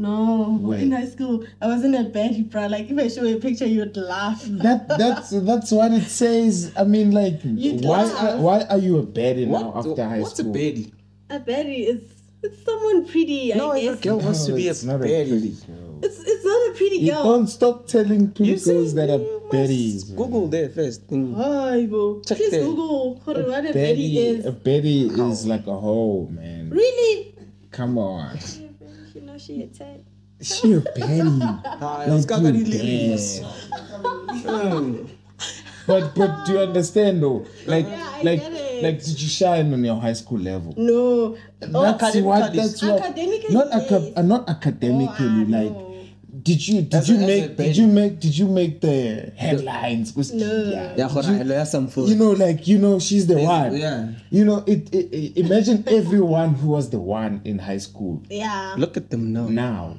S1: no
S4: Wait.
S1: in high school I was in a bed, bro. Like if I show you a picture, you'd laugh.
S4: That that's that's what it says. I mean, like,
S1: You'd
S4: why
S1: laugh.
S4: are, why are you a baddie now
S2: What-
S4: after high
S2: what's
S4: school?
S2: a baddie?
S1: A baddie is it's someone pretty.
S2: No,
S1: I
S2: every
S1: guess.
S2: girl wants to be a
S4: it's not a
S2: baddie.
S4: girl.
S1: It's it's not a pretty
S4: You
S1: girl.
S4: don't stop telling
S2: You
S4: people
S2: see,
S4: that are
S2: you must
S4: baddies. man.
S2: Google there first. Mm.
S1: Hi, bro.
S2: Check
S1: Please
S2: that.
S1: Google gore what a baddie
S4: Baddie, a
S1: is.
S4: baddie is like a hoe, man.
S1: Really?
S4: Come on,
S1: You know she a ten.
S4: she a baddie.
S2: Hi,
S4: Like,
S2: Oscar
S4: you
S2: Galilei.
S4: damn.
S2: Mm.
S4: But but do you understand though? Like
S1: Yeah, I
S4: like
S1: get it.
S4: like did you shine on your high school level?
S1: No. Oh,
S4: that's what
S2: academically.
S4: that's what
S1: Academically,
S4: not aca-
S1: yes.
S4: uh, not academically
S1: Oh, I
S4: like
S1: know.
S4: did you did
S2: As a-
S4: you
S2: as a
S4: make did
S2: baby.
S4: you make did you make the headlines Kus-
S1: No.
S2: Yeah,
S4: Did
S2: hold
S4: you-
S2: on, I lawyer some food.
S4: you know like you know she's the one
S2: yeah.
S4: you know it, it, it- imagine everyone who was the one in high school
S1: Yeah.
S2: Look at them now.
S4: now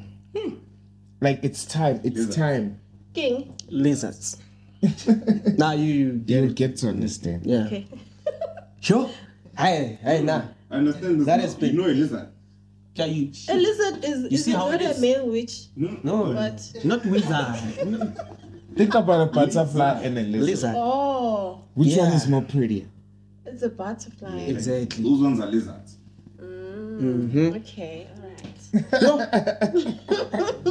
S4: Like it's time. It's
S3: Lizard.
S4: time.
S1: King.
S2: Lizards. now you, you
S4: You'll get to understand.
S2: yeah.
S1: Okay.
S2: Sure. Hey, hey, nah.
S3: I understand this.
S2: That
S3: now.
S2: is big.
S3: You know a lizard.
S2: Can you?
S1: A lizard is, is
S2: see
S1: it
S2: how
S1: not
S2: it
S1: a
S2: is?
S1: male witch,
S4: Mm.
S3: No,
S2: No.
S1: but
S2: Not wizard.
S4: Think about a butterfly and a lizard.
S2: lizard.
S1: oh,
S4: Which one
S2: Yeah.
S4: is more prettier?
S1: it's a butterfly.
S2: Exactly.
S3: Those ones are lizards.
S2: Mm-hmm.
S1: Okay, all right.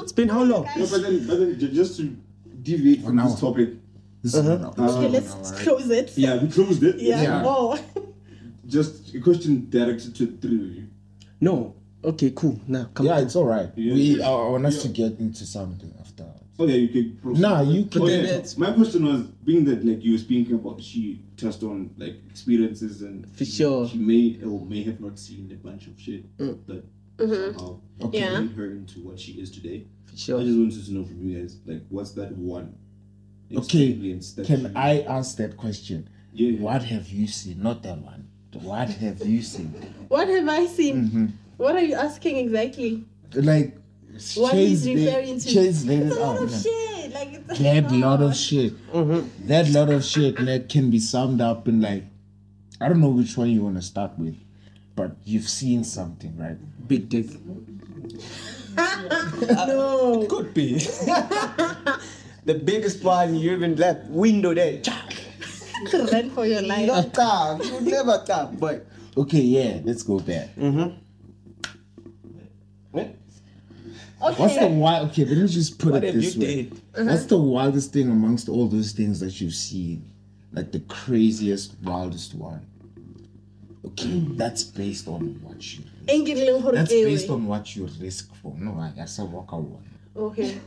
S2: It's been how long?
S3: No, but then, but then ju- just to deviate from
S4: One
S3: this
S4: hour.
S3: topic.
S4: This
S2: Uh-huh.
S4: is
S1: Okay,
S3: Um,
S1: let's close it.
S3: yeah, we closed it.
S1: Yeah.
S4: Oh, Yeah.
S1: Oh.
S3: Just a question directed to three of you.
S2: No. Okay, cool. Now come
S4: yeah,
S2: on.
S4: it's all right.
S3: Yeah.
S4: We, I I want us to get into something after.
S3: Oh yeah, you can. proceed.
S4: Nah, you
S3: Oh,
S4: can-
S3: yeah.
S2: that's-
S3: My question was being that like you were speaking about she touched on like experiences and
S2: For sure.
S3: she may or may have not seen a bunch of shit that somehow
S4: Okay.
S1: Yeah.
S3: made her into what she is today.
S2: For
S3: I
S2: sure.
S3: just wanted to know from you guys like what's that one
S4: Okay,
S3: experience that
S4: Can
S3: you-
S4: I ask that question?
S3: yeah, yeah.
S4: What have you seen? Not that one. What have you seen?
S1: What have I seen?
S4: Mhm.
S1: What are you asking exactly?
S4: Like,
S1: What
S4: Chase
S1: he's
S4: laid-
S1: referring to.
S4: Chase oh, laid
S1: It's
S4: it
S1: a lot
S4: out.
S1: of
S4: yeah.
S1: Oh, shit. Like it's a
S4: That lot of shit.
S2: Mm-hmm.
S4: That lot of shit like, can be summed up in like, I don't know which one you want to start with, but you've seen something, right?
S2: Big dick.
S1: no.
S2: Could be. the biggest one you even left window there. Chuck.
S1: To run for your
S2: You
S1: life.
S2: don't tap. You never tap. But
S4: Okay, yeah, let's go back.
S1: Okay.
S4: What's the wild? Okay, let me just put
S2: What
S4: it
S2: have
S4: this
S2: you
S4: way. What's the wildest thing amongst all those things that you've seen? Like the craziest, wildest one. Okay, that's based on what you.
S1: Engileng gore
S4: That's
S1: ewe.
S4: based on what you risk for. No, I that's a walk out one.
S1: Okay.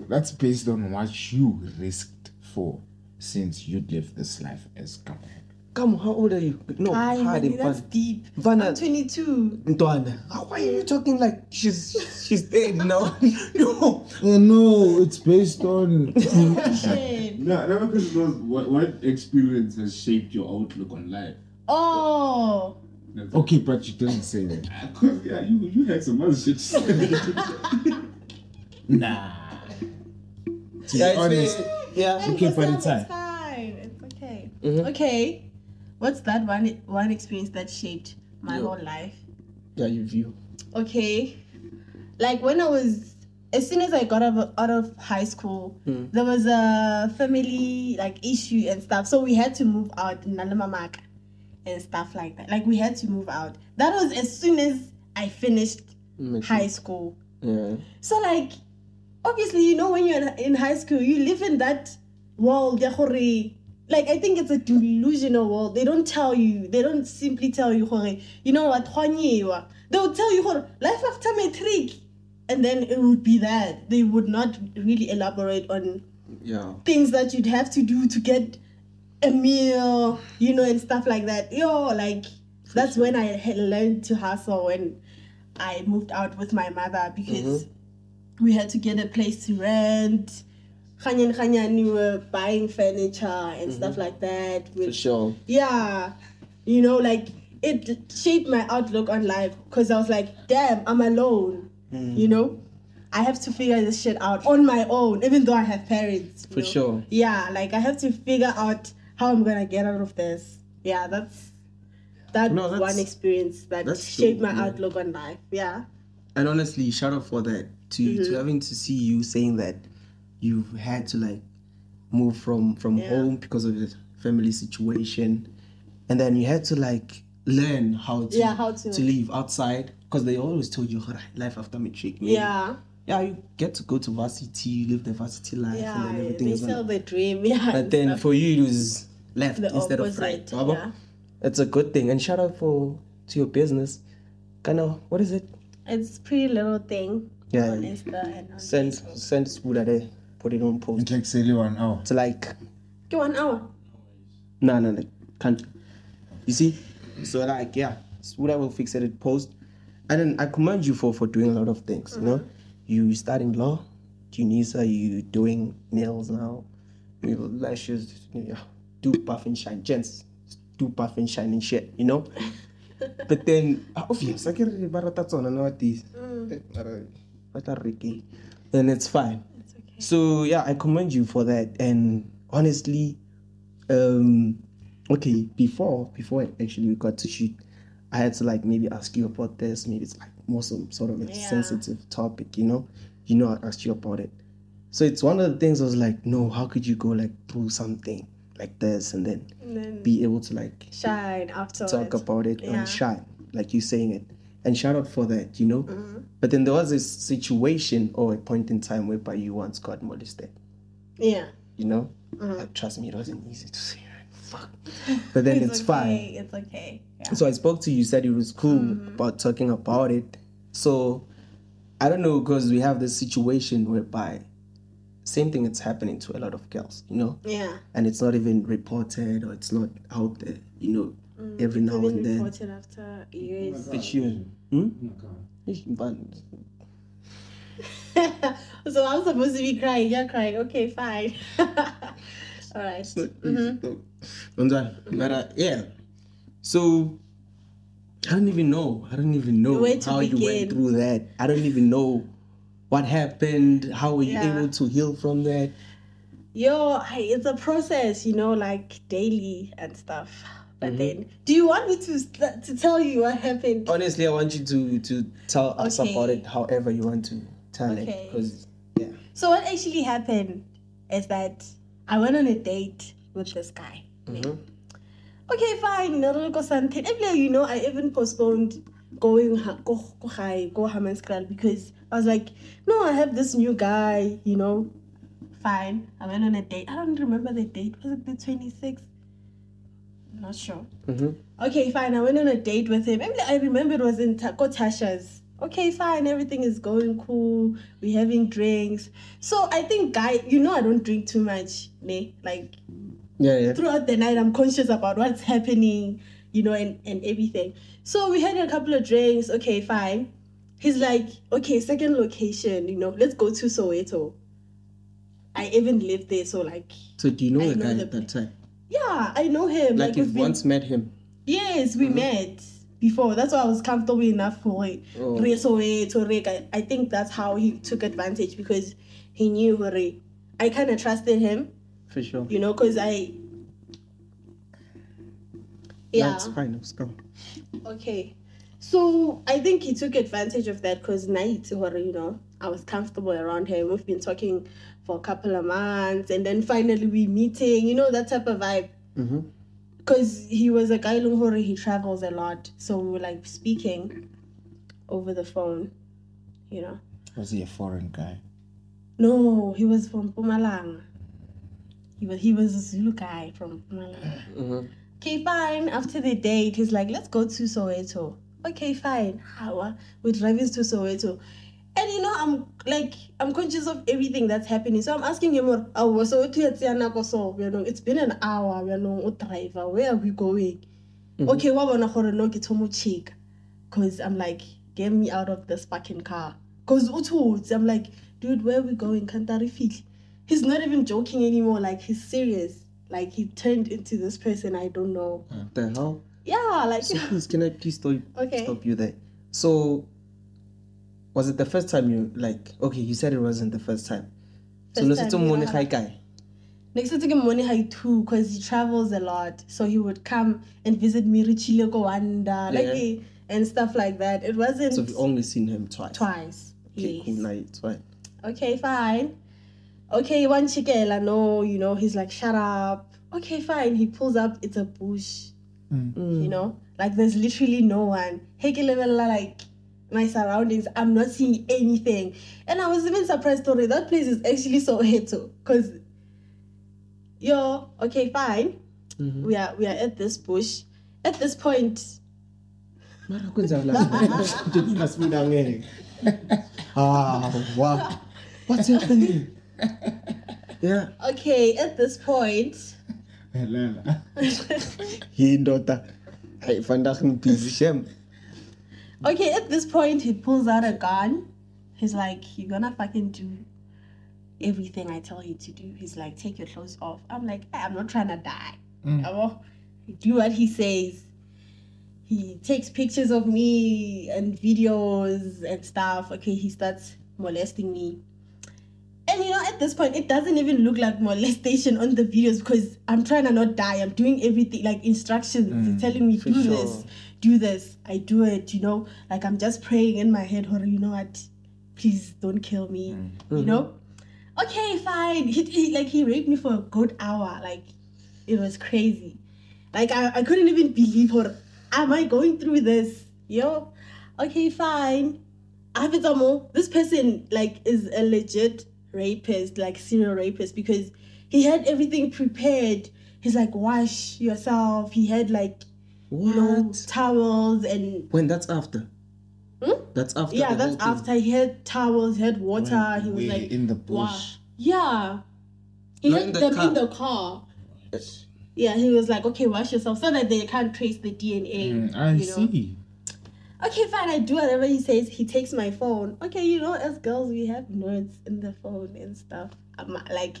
S4: That's based on what you risked for since you live this life as God.
S2: come, how old are you? No,
S1: Hi,
S2: hardly,
S1: Mandy, that's
S2: but-
S1: deep.
S2: Vanna-
S1: I'm 22.
S2: Ntwana, how why are you talking like she's she's dead now? no.
S4: Oh no, it's based on.
S1: Shit.
S3: No, another question was what, what experience has shaped your outlook on life?
S1: Oh.
S3: That's-
S4: okay, but you didn't say that.
S3: Because "Ah, yeah, you you had some other shit.
S4: Nah. To be
S2: Yeah, it's
S4: honest,
S2: very- yeah.
S4: Okay,
S1: It's
S4: but
S1: fine,
S4: it's fine.
S1: It's fine. It's okay. Okay. What's that one one experience that shaped my whole life?
S2: Yeah, you view.
S1: okay like when i was as soon as i got out of, out of high school there was a family like issue and stuff so we had to move out in nalamamaka and stuff like that like we had to move out that was as soon as i finished
S2: Mm,
S1: high school
S2: Yeah.
S1: so like obviously you know when you're in- in high school you live in that world ya gore- like I think it's a delusional world. They don't tell you. They don't simply tell you gore, you know what go a nyewa." They would tell you gore, life after matric and then it would be that. They would not really elaborate on
S2: Yeah.
S1: things that you'd have to do to get a meal, you know, and stuff like that. Yo, like that's when I had learned to hustle when I moved out with my mother because we had to get a place to rent. Ganyan ganyan, we were buying furniture and stuff like that.
S2: For
S1: With,
S2: sure.
S1: Yeah, you know, like it shaped my outlook on life because I was like, damn, I'm alone,
S2: Mm.
S1: you know. I have to figure this shit out on my own, even though I have parents. you
S2: For
S1: know?
S2: sure.
S1: yeah like i have to figure out how i'm gonna get out of this yeah that's that
S2: No, that's-
S1: one experience that
S2: that's
S1: shaped
S2: true,
S1: my
S2: yeah.
S1: outlook on life yeah
S2: And honestly, shout out for that. To
S1: Mm-hmm.
S2: to having to see you saying that you've had to like move from from
S1: Yeah.
S2: home because of your family situation, and then you had to like learn how to
S1: Yeah, how to-
S2: to live outside because they always told you "Alright, life after matric. man."
S1: yeah
S2: yeah, you get to go to varsity, you live the varsity life, and
S1: yeah
S2: then everything
S1: they
S2: is.
S1: sell the
S2: Gonna...
S1: dream yeah
S2: But
S1: and
S2: then
S1: stuff.
S2: for you, it was left
S1: The
S2: instead of
S1: opposite,
S2: right. Baba.
S1: yeah.
S2: It's a good thing, and shout out for to your business. Kind of what is it?
S1: it's pretty little thing
S2: Yeah.
S1: on Insta and on
S2: Send send Spuda there, put it on post.
S4: it oh, takes everyone out.
S2: It's like
S1: go oh. one hour
S2: No, no, no, can't. You see, so like, yeah, it's what I will fix it at post, and then I commend you for for doing a lot of things. You know, you studying law, Tunisia, you doing nails now, you lashes, yeah, do buff and shine, gents, do buff and shine and shit. You know, but oh,
S1: Mm.
S2: then ah, obvious, I get really bad at that one. I know what these, but I- but I really- then it's fine.
S1: It's okay.
S2: So yeah, I commend you for that. And honestly, um, okay, before before actually we got to shoot, I had to like maybe ask you about this. Maybe it's like more some sort of a
S1: Yeah.
S2: sensitive topic, you know. You know, I asked you about it. So it's one of the things I was like, no, how could you go like through something like this and then
S1: And then
S2: be able to like
S1: shine after.
S2: talk about it
S1: Yeah.
S2: and shine, like you saying it. And shout out for that, you know. But then there was this situation or a point in time whereby you once got molested,
S1: Yeah.
S2: you know. Like, trust me, it wasn't easy to say. right? Fuck. But then it's, fine.
S1: okay. It's okay. Yeah.
S2: So I spoke to you, said it was cool about talking about it. So I don't know because we have this situation whereby same thing it's happening to a lot of girls, you know,
S1: Yeah.
S2: and it's not even reported or it's not out there, you know. Every now
S1: Even
S2: and then,
S1: reported after years.
S2: But you-
S3: Oh
S2: Hmm?
S3: my God.
S2: Mm-hmm.
S1: so I'm supposed to be crying. You're crying. Okay, fine. All right. Mm-hmm.
S2: mm. Nonzani, but, uh, yeah. So I don't even know. I don't even know
S1: Where to
S2: how you
S1: begin.
S2: went through that. I don't even know what happened. How were you
S1: Yeah.
S2: able to heal from that?
S1: Yo, I- it's a process, you know, like daily and stuff.
S2: Mm-hmm.
S1: But then, do you want me to st- to tell you what happened?
S2: Honestly, I want you to to tell us
S1: Okay.
S2: about it however you want to tell
S1: Okay.
S2: it. Because
S1: So what actually happened is that I went on a date with this guy.
S2: Mm-hmm.
S1: Okay, fine. Naloloko Santhe. Earlier, you know, I even postponed going ha- go go high, go Hammanskral because I was like, no, I have this new guy, you know. Fine. I went on a date. I don't remember the date. Was it the 26th? Not sure.
S2: Mm-hmm.
S1: Okay, fine. I went on a date with him. Emily, I remember it was in Ta- ko Tasha's. Okay, fine. Everything is going cool. We're having drinks. So I think, guy, you know, I don't drink too much. Ne? Like,
S2: yeah, yeah.
S1: throughout the night, I'm conscious about what's happening, you know, and, and everything. So we had a couple of drinks. Okay, fine. He's like, okay, second location, you know, let's go to Soweto. I even live there, so like,
S2: So do you know
S1: I
S2: the
S1: know
S2: guy
S1: the
S2: at that time?
S1: yeah, I know him.
S2: Like,
S1: we've
S2: you've
S1: been-
S2: once Mm-hmm. met him.
S1: Yes, we met before. That's why I was comfortable enough for it.
S2: Oh.
S1: Re- so it, so re- I I think that's how he took advantage because he knew Hore. I kind of trusted him,
S2: For sure.
S1: you know, because I. Yeah.
S2: That's fine. Let's go.
S1: Okay. So I think he took advantage of that because night, you know, I was comfortable around him. We've been talking for a couple of months, and then finally we meeting. You know that type of vibe.
S2: Mhm.
S1: Because he was a guy Lunghore, he travels a lot, so we were like speaking over the phone. You know.
S4: Was he a foreign guy?
S1: No, he was from Pumalang. He was he was a Zulu guy from Pumalang.
S2: Mhm.
S1: Okay, fine. After the date, he's like, let's go to Soweto. Okay, fine. How we're driving to Soweto. And you know, I'm like, I'm conscious of everything that's happening. So I'm asking him, oh, was Soweto yet here now? so you know, it's been an hour, we are no driver. Where are we going? Okay, wa bona gore no ke thomo chika. Cause I'm like, get me out of this fucking car. Cause uthuthi. I'm like, dude, where are we going? Can't I refit? He's not even joking anymore. Like he's serious. Like he turned into this person I don't know.
S2: What the hell?
S1: Yeah, like
S2: So please, can I please stop,
S1: Okay.
S2: stop you there? So, was it the first time you like? Okay, you said it wasn't the first time. so
S1: First
S2: nosotho
S1: time,
S2: mone
S1: yeah.
S2: ga e kae?
S1: next to him money high too, cause he travels a lot. So he would come and visit me, Richile Wanda, like
S2: Yeah.
S1: he- and stuff like that. It wasn't
S2: So we've only seen him twice.
S1: twice.
S2: Okay,
S1: Yes.
S2: cool, nah, it's fine.
S1: okay, fine. Okay, one chicken, I know, you know, he's like, shut up. Okay, fine. He pulls up, it's a bush, you know, like there's literally no one. Hey, like my surroundings, I'm not seeing anything. And I was even surprised, Tori, that place is actually so Soweto. Because, yo, okay, fine. We are we are at this bush. At this point,
S2: Mara kwenzeka la- Ah, wow. What's happening? Yeah.
S1: okay, at this point,
S4: Helena.
S2: Yindoda. Hey, vandag in busy shame.
S1: Okay, at this point, he pulls out a gun. He's like, You're gonna fucking do everything I tell you to do. He's like, Take your clothes off. I'm like, "Eh, I'm not trying to die.
S2: Mm.
S1: I will do what he says. He takes pictures of me and videos and stuff. Okay, he starts molesting me. And you know, at this point, it doesn't even look like molestation on the videos because I'm trying to not die. I'm doing everything like instructions, it's telling me
S2: Mm, for
S1: do
S2: sure.
S1: this, do this. I do it. You know, like I'm just praying in my head, or you know what, please don't kill me. You know, okay, fine. He, he like he raped me for a good hour. Like it was crazy. Like I, I couldn't even believe her. Am I going through this? Yo, okay, fine. Avitamo, this person like is a legit rapist, like serial rapist, because he had everything prepared. He's like wash yourself. He had like
S2: What?
S1: you know, towels and
S2: When that's after.
S1: Hmm?
S2: That's after.
S1: yeah,
S2: the
S1: that's
S2: whole thing.
S1: after he had towels, he had water. he was
S4: Way
S1: like
S4: in the bush.
S1: wow. Yeah. He
S2: Not
S1: had
S2: in the
S1: them
S2: car.
S1: in the car. Yeah, he was like, okay, wash yourself so that they can't trace the DNA.
S4: Mm, I
S1: you know?
S4: see.
S2: Mm.
S1: Okay, fine, I do whatever he says. He takes my phone. Okay, you know, as girls, we have notes in the phone and stuff. I'm like,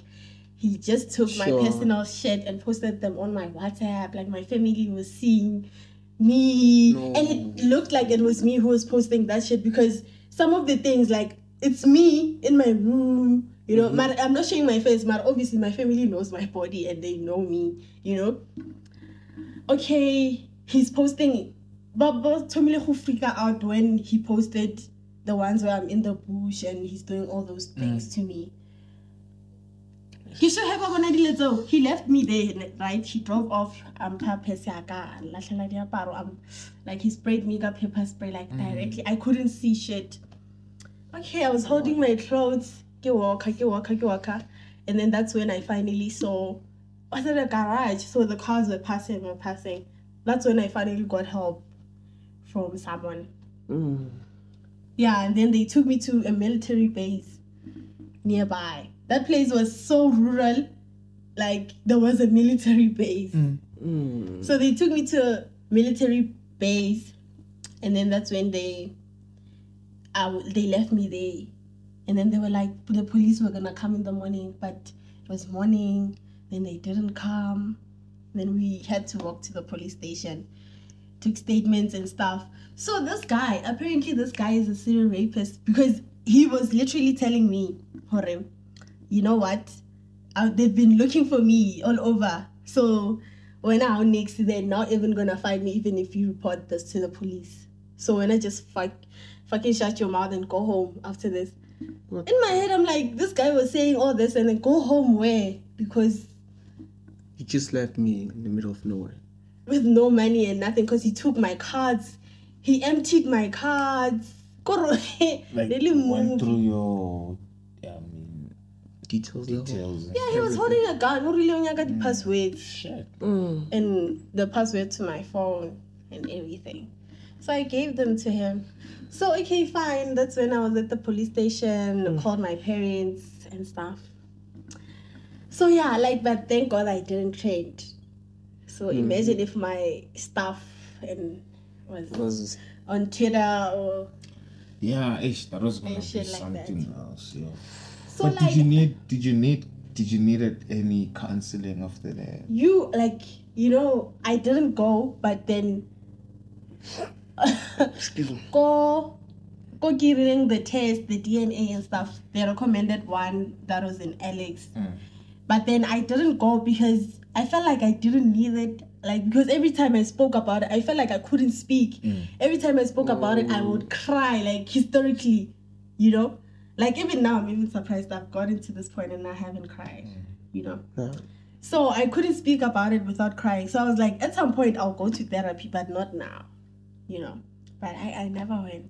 S1: he just took
S2: Sure.
S1: my personal shit and posted them on my WhatsApp. Like, my family was seeing me. And it looked like it was me who was posting that shit because some of the things, like, it's me in my room. You know, but I'm not showing my face, but obviously my family knows my body and they know me, you know. Okay, he's posting but but Tomile who freaked out when he posted the ones where I'm in the bush and he's doing all those things to me. He should have gone little. He left me there, right? He drove off. um, I'm I'm um, like he sprayed me the pepper spray like directly. I couldn't see shit. Okay, I was holding my clothes. Ke walker, ke walker, ke walker. And then that's when I finally saw was at a garage, so the cars were passing, were passing. That's when I finally got help from someone.
S2: Mm.
S1: Yeah, and then they took me to a military base nearby. That place was so rural, like there was a military base.
S2: Mm.
S1: So they took me to a military base, and then that's when they, I w- they left me there, and then they were like the police were gonna come in the morning, but it was morning, then they didn't come, then we had to walk to the police station, took statements and stuff. So this guy, apparently this guy is a serial rapist because he was literally telling me, Hore, you know what? Uh, they've been looking for me all over. So when I next, they're not even gonna find me, even if you report this to the police. So when I just fuck, fucking shut your mouth and go home after this.
S2: What?
S1: In my head, I'm like, this guy was saying all this and then go home where? Because
S2: He just left me in the middle of nowhere.
S1: with no money and nothing, because he took my cards, he emptied my cards. Koro,
S4: Like
S1: really
S4: went
S1: moved.
S4: through your I mean,
S2: Details. the whole-
S4: details. and
S1: Yeah, he was holding a gun. Ho really only got the password.
S4: Mm. Shit.
S2: Mm.
S1: and the password to my phone and everything. So I gave them to him. So okay, fine. That's when I was at the police station, called my parents and stuff. So yeah, like but thank God I didn't trade. So imagine if my stuff and was
S2: Was
S1: on Twitter or
S4: Yeah, ish, that was gonna
S1: And
S4: be
S1: shit like that.
S4: something else. Yeah.
S1: so
S4: but
S1: like
S4: did you need? Did you need? Did you needed any counseling after that?
S1: you like you know I didn't go but then
S2: excuse me.
S1: go go giving the test the dna and stuff they recommended one that was in alex but then i didn't go because i felt like i didn't need it like because every time i spoke about it i felt like i couldn't speak every time i spoke about it i would cry like historically you know like even now i'm even surprised i've gotten to this point and i haven't cried you know
S2: Yeah.
S1: so I couldn't speak about it without crying. So I was like, at some point I'll go to therapy, but not now, you know. But I, I never went.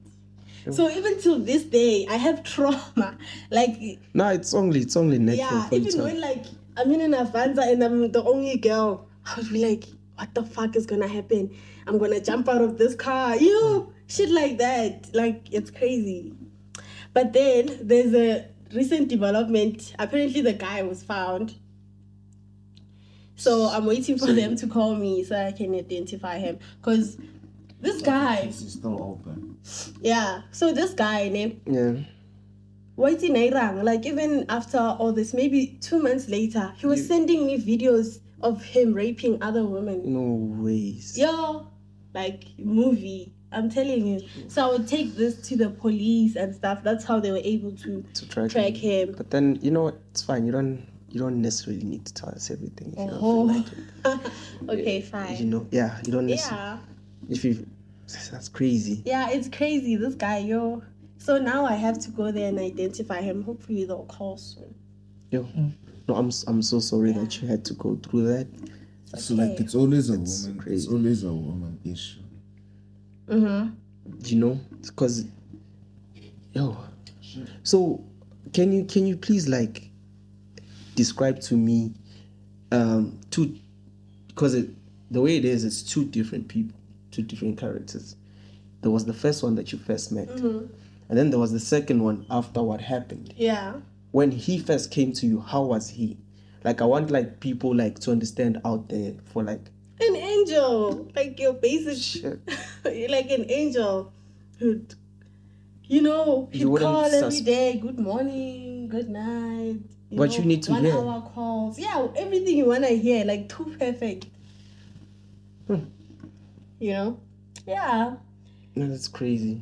S1: So even till this day, I have trauma. Like,
S2: No, it's only it's only natural
S1: yeah,
S2: for
S1: even
S2: itself.
S1: when like I'm in an Avanza and I'm the only girl, I would be like, what the fuck is gonna happen? I'm gonna jump out of this car, you know, shit like that. Like it's crazy. But then there's a recent development. Apparently the guy was found. So I'm waiting for them to call me so I can identify him. Cause this guy,
S4: Case is still open.
S1: yeah. So this guy named
S2: yeah.
S1: Whitey Nairang, like even after all this, maybe two months later, he was sending me videos of him raping other women.
S2: No ways.
S1: Yo, like movie. I'm telling you. So I would take this to the police and stuff. That's how they were able to
S2: to track,
S1: track him.
S2: But then you know what? it's fine. You don't you don't necessarily need to tell us everything if you don't
S1: Oh.
S2: feel like it.
S1: okay,
S2: You
S1: fine.
S2: know, yeah, you don't necessarily
S1: Yeah.
S2: if you that's crazy.
S1: Yeah, it's crazy. This guy, yo. So now I have to go there and identify him. Hopefully they'll call soon.
S2: Yo. No, I'm s- I'm so sorry that you had to go through that.
S4: So like
S1: Okay.
S4: it's always a
S2: That's
S4: woman. It's
S2: crazy.
S4: always a woman issue.
S1: Mm-hmm.
S2: You know, because yo. So can you can you please like describe to me um two because it the way it is it's two different people, two different characters. There was the first one that you first met. And then there was the second one after what happened.
S1: Yeah.
S2: when he first came to you how was he like i want like people like to understand out there for like
S1: An angel. Like your basic
S2: shit
S1: You're like an angel who'd you know
S2: You
S1: he'd
S2: wouldn't
S1: call every
S2: sus-
S1: day good morning good night
S2: But you need to
S1: one
S2: hear.
S1: hour calls yeah everything you want to hear like too perfect
S2: Hmm.
S1: you know yeah
S2: no, that's crazy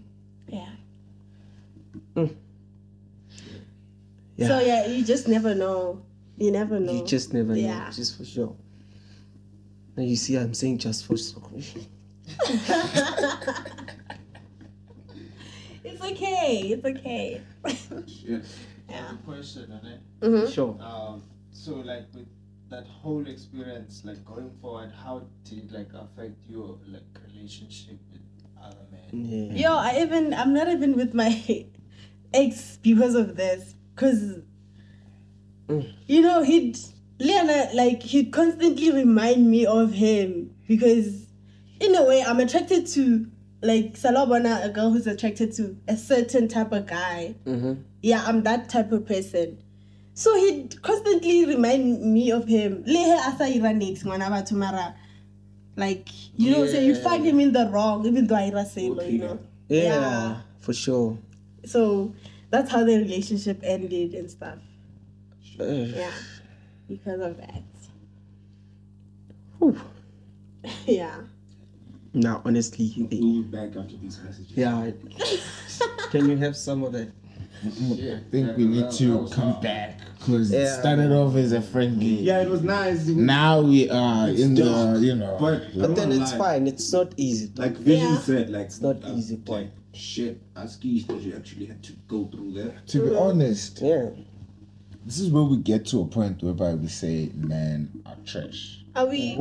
S1: yeah
S2: Hmm. yeah
S1: so yeah you just never know you never know
S2: you just never know
S1: Yeah.
S2: just for sure now you see i'm saying just for sure
S1: Hmm? it's okay it's okay
S5: Yeah.
S1: Yeah.
S5: One question, Anne.
S1: Mhm.
S2: sure
S5: Um, so like with that whole experience, like going forward, how did like affect your like relationship with other men?
S2: yeah
S1: Yo, I even I'm not even with my ex because of this. Cause
S2: Mm.
S1: you know he'd Leonard like he'd constantly remind me of him because in a way I'm attracted to like Salobana, a girl who's attracted to a certain type of guy.
S2: mm-hmm.
S1: Yeah, I'm that type of person. So he'd constantly remind me of him. Le he a sa ira niks, ngwana batho, mara, Like you know, so you
S2: Yeah.
S1: find him in the wrong, even though I ira selo, you know.
S2: yeah
S1: Yeah.
S2: for sure
S1: So that's how the relationship ended and stuff.
S2: Ugh.
S1: Yeah. Because of that.
S2: Whew.
S1: Yeah.
S2: now honestly
S3: We'll
S2: eh,
S3: be back after these messages.
S2: yeah I- can you have some of that
S4: I think we need to come back because it
S2: Yeah.
S4: started off as a friendly.
S3: Yeah, it was nice.
S4: Now we are
S3: It's
S4: in
S3: dark,
S4: the you know.
S3: But,
S2: but then it's
S3: like,
S2: fine it's not easy
S3: Like Vision
S1: Yeah.
S3: said, like it's
S2: not easy, boy.
S3: Like shit, as skis because you actually had to go through that.
S4: to be honest,
S2: yeah
S4: this is where we get to a point whereby we say men are trash.
S1: Are we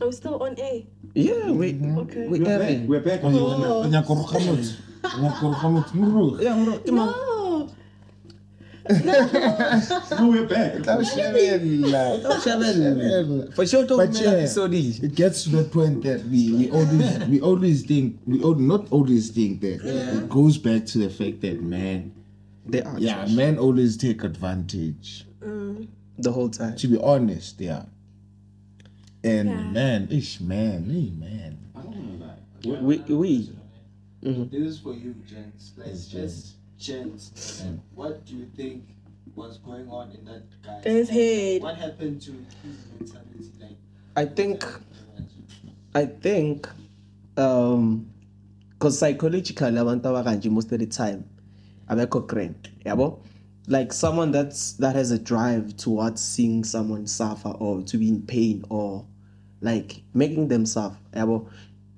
S1: are we still on A?
S2: yeah we
S1: Mm-hmm. Okay.
S2: we
S3: We're
S2: having
S3: back. We're back.
S1: Oh.
S4: Nyakorokhamotsi. Nyakorokhamotsi. Mruh.
S2: yeah bro, come on.
S1: No.
S3: No, we're back.
S4: Tawushabela. Tawushabela.
S2: for sure don't
S4: But
S2: make
S4: yeah.
S2: episode eh.
S4: It gets to the point that we, we always we always think we all, not always think that it goes back to the fact that man
S2: They are
S4: yeah men always take advantage.
S1: Mm.
S2: the whole time.
S4: To be honest, yeah. And
S1: Yeah.
S4: man, ish man, hey man.
S5: I don't wanna lie.
S2: We- we- we- Mhm.
S5: This is for you, gents. Like
S4: Yes,
S5: just gents. like, What do you think was going on in that guy's
S1: His head.
S5: What happened to his mentality? Like
S2: I think I think um because psychologically abantu abakanje most of the time abekho grand yabo like someone that's that has a drive towards seeing someone suffer or to be in pain or like making them suffer yabo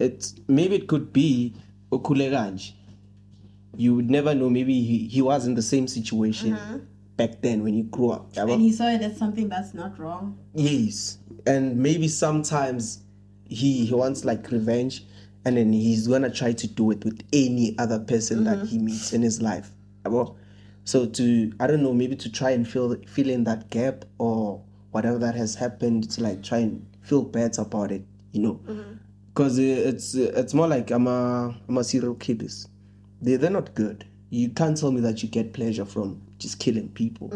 S2: it's maybe it could be ukhule kanje you would never know maybe he, he was in the same situation back then when he grew up yabo
S1: Mm-hmm. And he saw it as something that's not wrong.
S2: Yes, and maybe sometimes he he wants like revenge, and then he's gonna try to do it with any other person that
S1: Mm-hmm.
S2: he meets in his life. Well, so to I don't know, maybe to try and fill fill in that gap or whatever that has happened to like try and feel better about it, you know,
S1: Mm-hmm.
S2: because it's uh, it's more like I'm a I'm a serial killers. They they're not good. You can't tell me that you get pleasure from just killing people.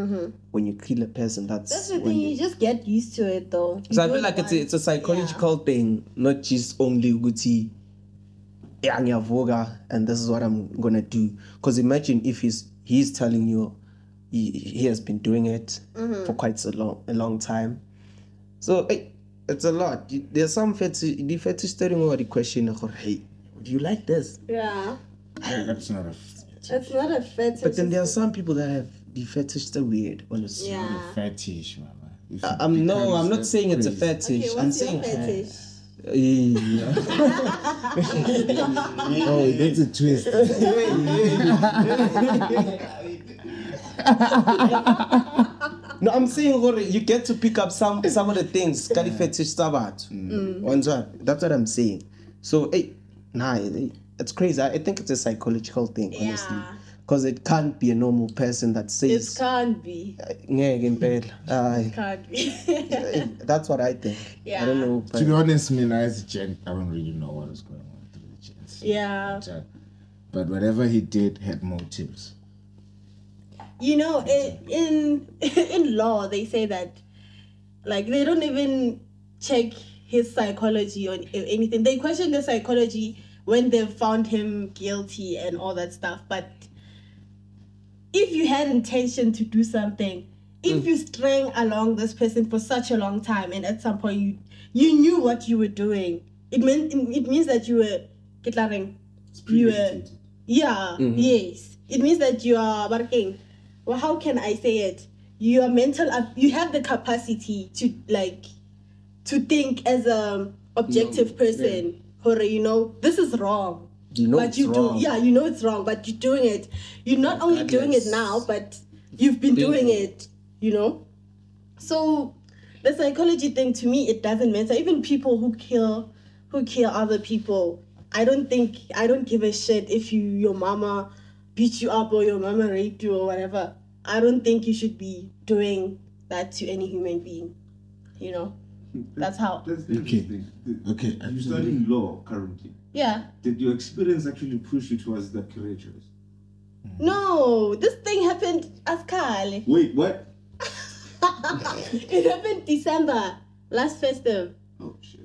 S2: When you kill a person, that's
S1: Mm-hmm. That's the
S2: when
S1: thing,
S2: you-
S1: you just get used to it though.
S2: so I
S1: You don't
S2: feel like it's a,
S1: want-
S2: it's a psychological thing, not just only Guti Voga and this is what I'm gonna do. Because imagine if he's he's telling you he, he has been doing it
S1: Mm-hmm.
S2: for quite so long a long time. So eh, it's a lot. You- There's some fetish the fetish telling over the question hey, do you like this?
S1: Yeah.
S4: That- That's not a f-
S1: That's not a fetish.
S2: But then there are some people that have the fetishes are weird, honestly.
S1: Yeah.
S4: not a fetish, man. If
S2: I-
S4: it
S2: I'm no,
S4: becomes
S2: I'm not
S4: that
S2: saying it's a
S4: crazy-
S2: fetish.
S1: Okay, what's
S2: I'm
S1: your
S2: saying
S1: fetish?
S2: Yeah.
S4: Oh, that's a twist.
S2: no, I'm saying gore, you get to pick up some
S1: Mm.
S2: some of the things. Kali fetish sabat. That's what I'm saying. So hey, nah, it- it's crazy. I I think it's a psychological thing, honestly.
S1: Yeah.
S2: Because it can't be a normal person that
S1: It
S2: says
S1: can't be.
S2: "Ngeke impela." Aye.
S1: Can't be.
S2: That's what I think. I don't
S1: Yeah.
S2: know.
S4: to
S2: But
S4: be honest, man, as a gent, I don't really know what was going on through the gents.
S1: yeah.
S4: But, uh, But whatever he did had motives.
S1: You know, in in, in law they say that like they don't even check his psychology or a- anything. They question the psychology when they've found him guilty and all that stuff. But if you had intention to do something,
S2: Mm.
S1: if you string along this person for such a long time and at some point you you knew what you were doing, it meant it means that you were get la reng? you were
S3: premeditated.
S1: yeah,
S2: Mm-hmm.
S1: yes. It means that you are working. Well, how can I say it? You are mental. ab- You have the capacity to like, to think as a objective person. Hore, you know this is wrong.
S2: you know
S1: but
S2: it's
S1: you
S2: wrong.
S1: do, yeah, you know it's wrong. But you're doing it. You're not only doing it
S2: Regardless.
S1: now, but you've been doing
S2: Painful.
S1: it. You know, so the psychology thing to me it doesn't matter. Even people who kill, who kill other people, I don't think I don't give a shit if you your mama beat you up or your mama raped you or whatever. I don't think you should be doing that to any human being. You know, that's how.
S3: That's interesting. The-
S4: Okay,
S3: You're
S4: actually-
S3: studying law currently.
S1: Yeah.
S3: Did your experience actually push you towards that career choice?
S1: No, this thing happened as Kali.
S3: Wait, what?
S1: it happened December last festive,
S3: Oh shit.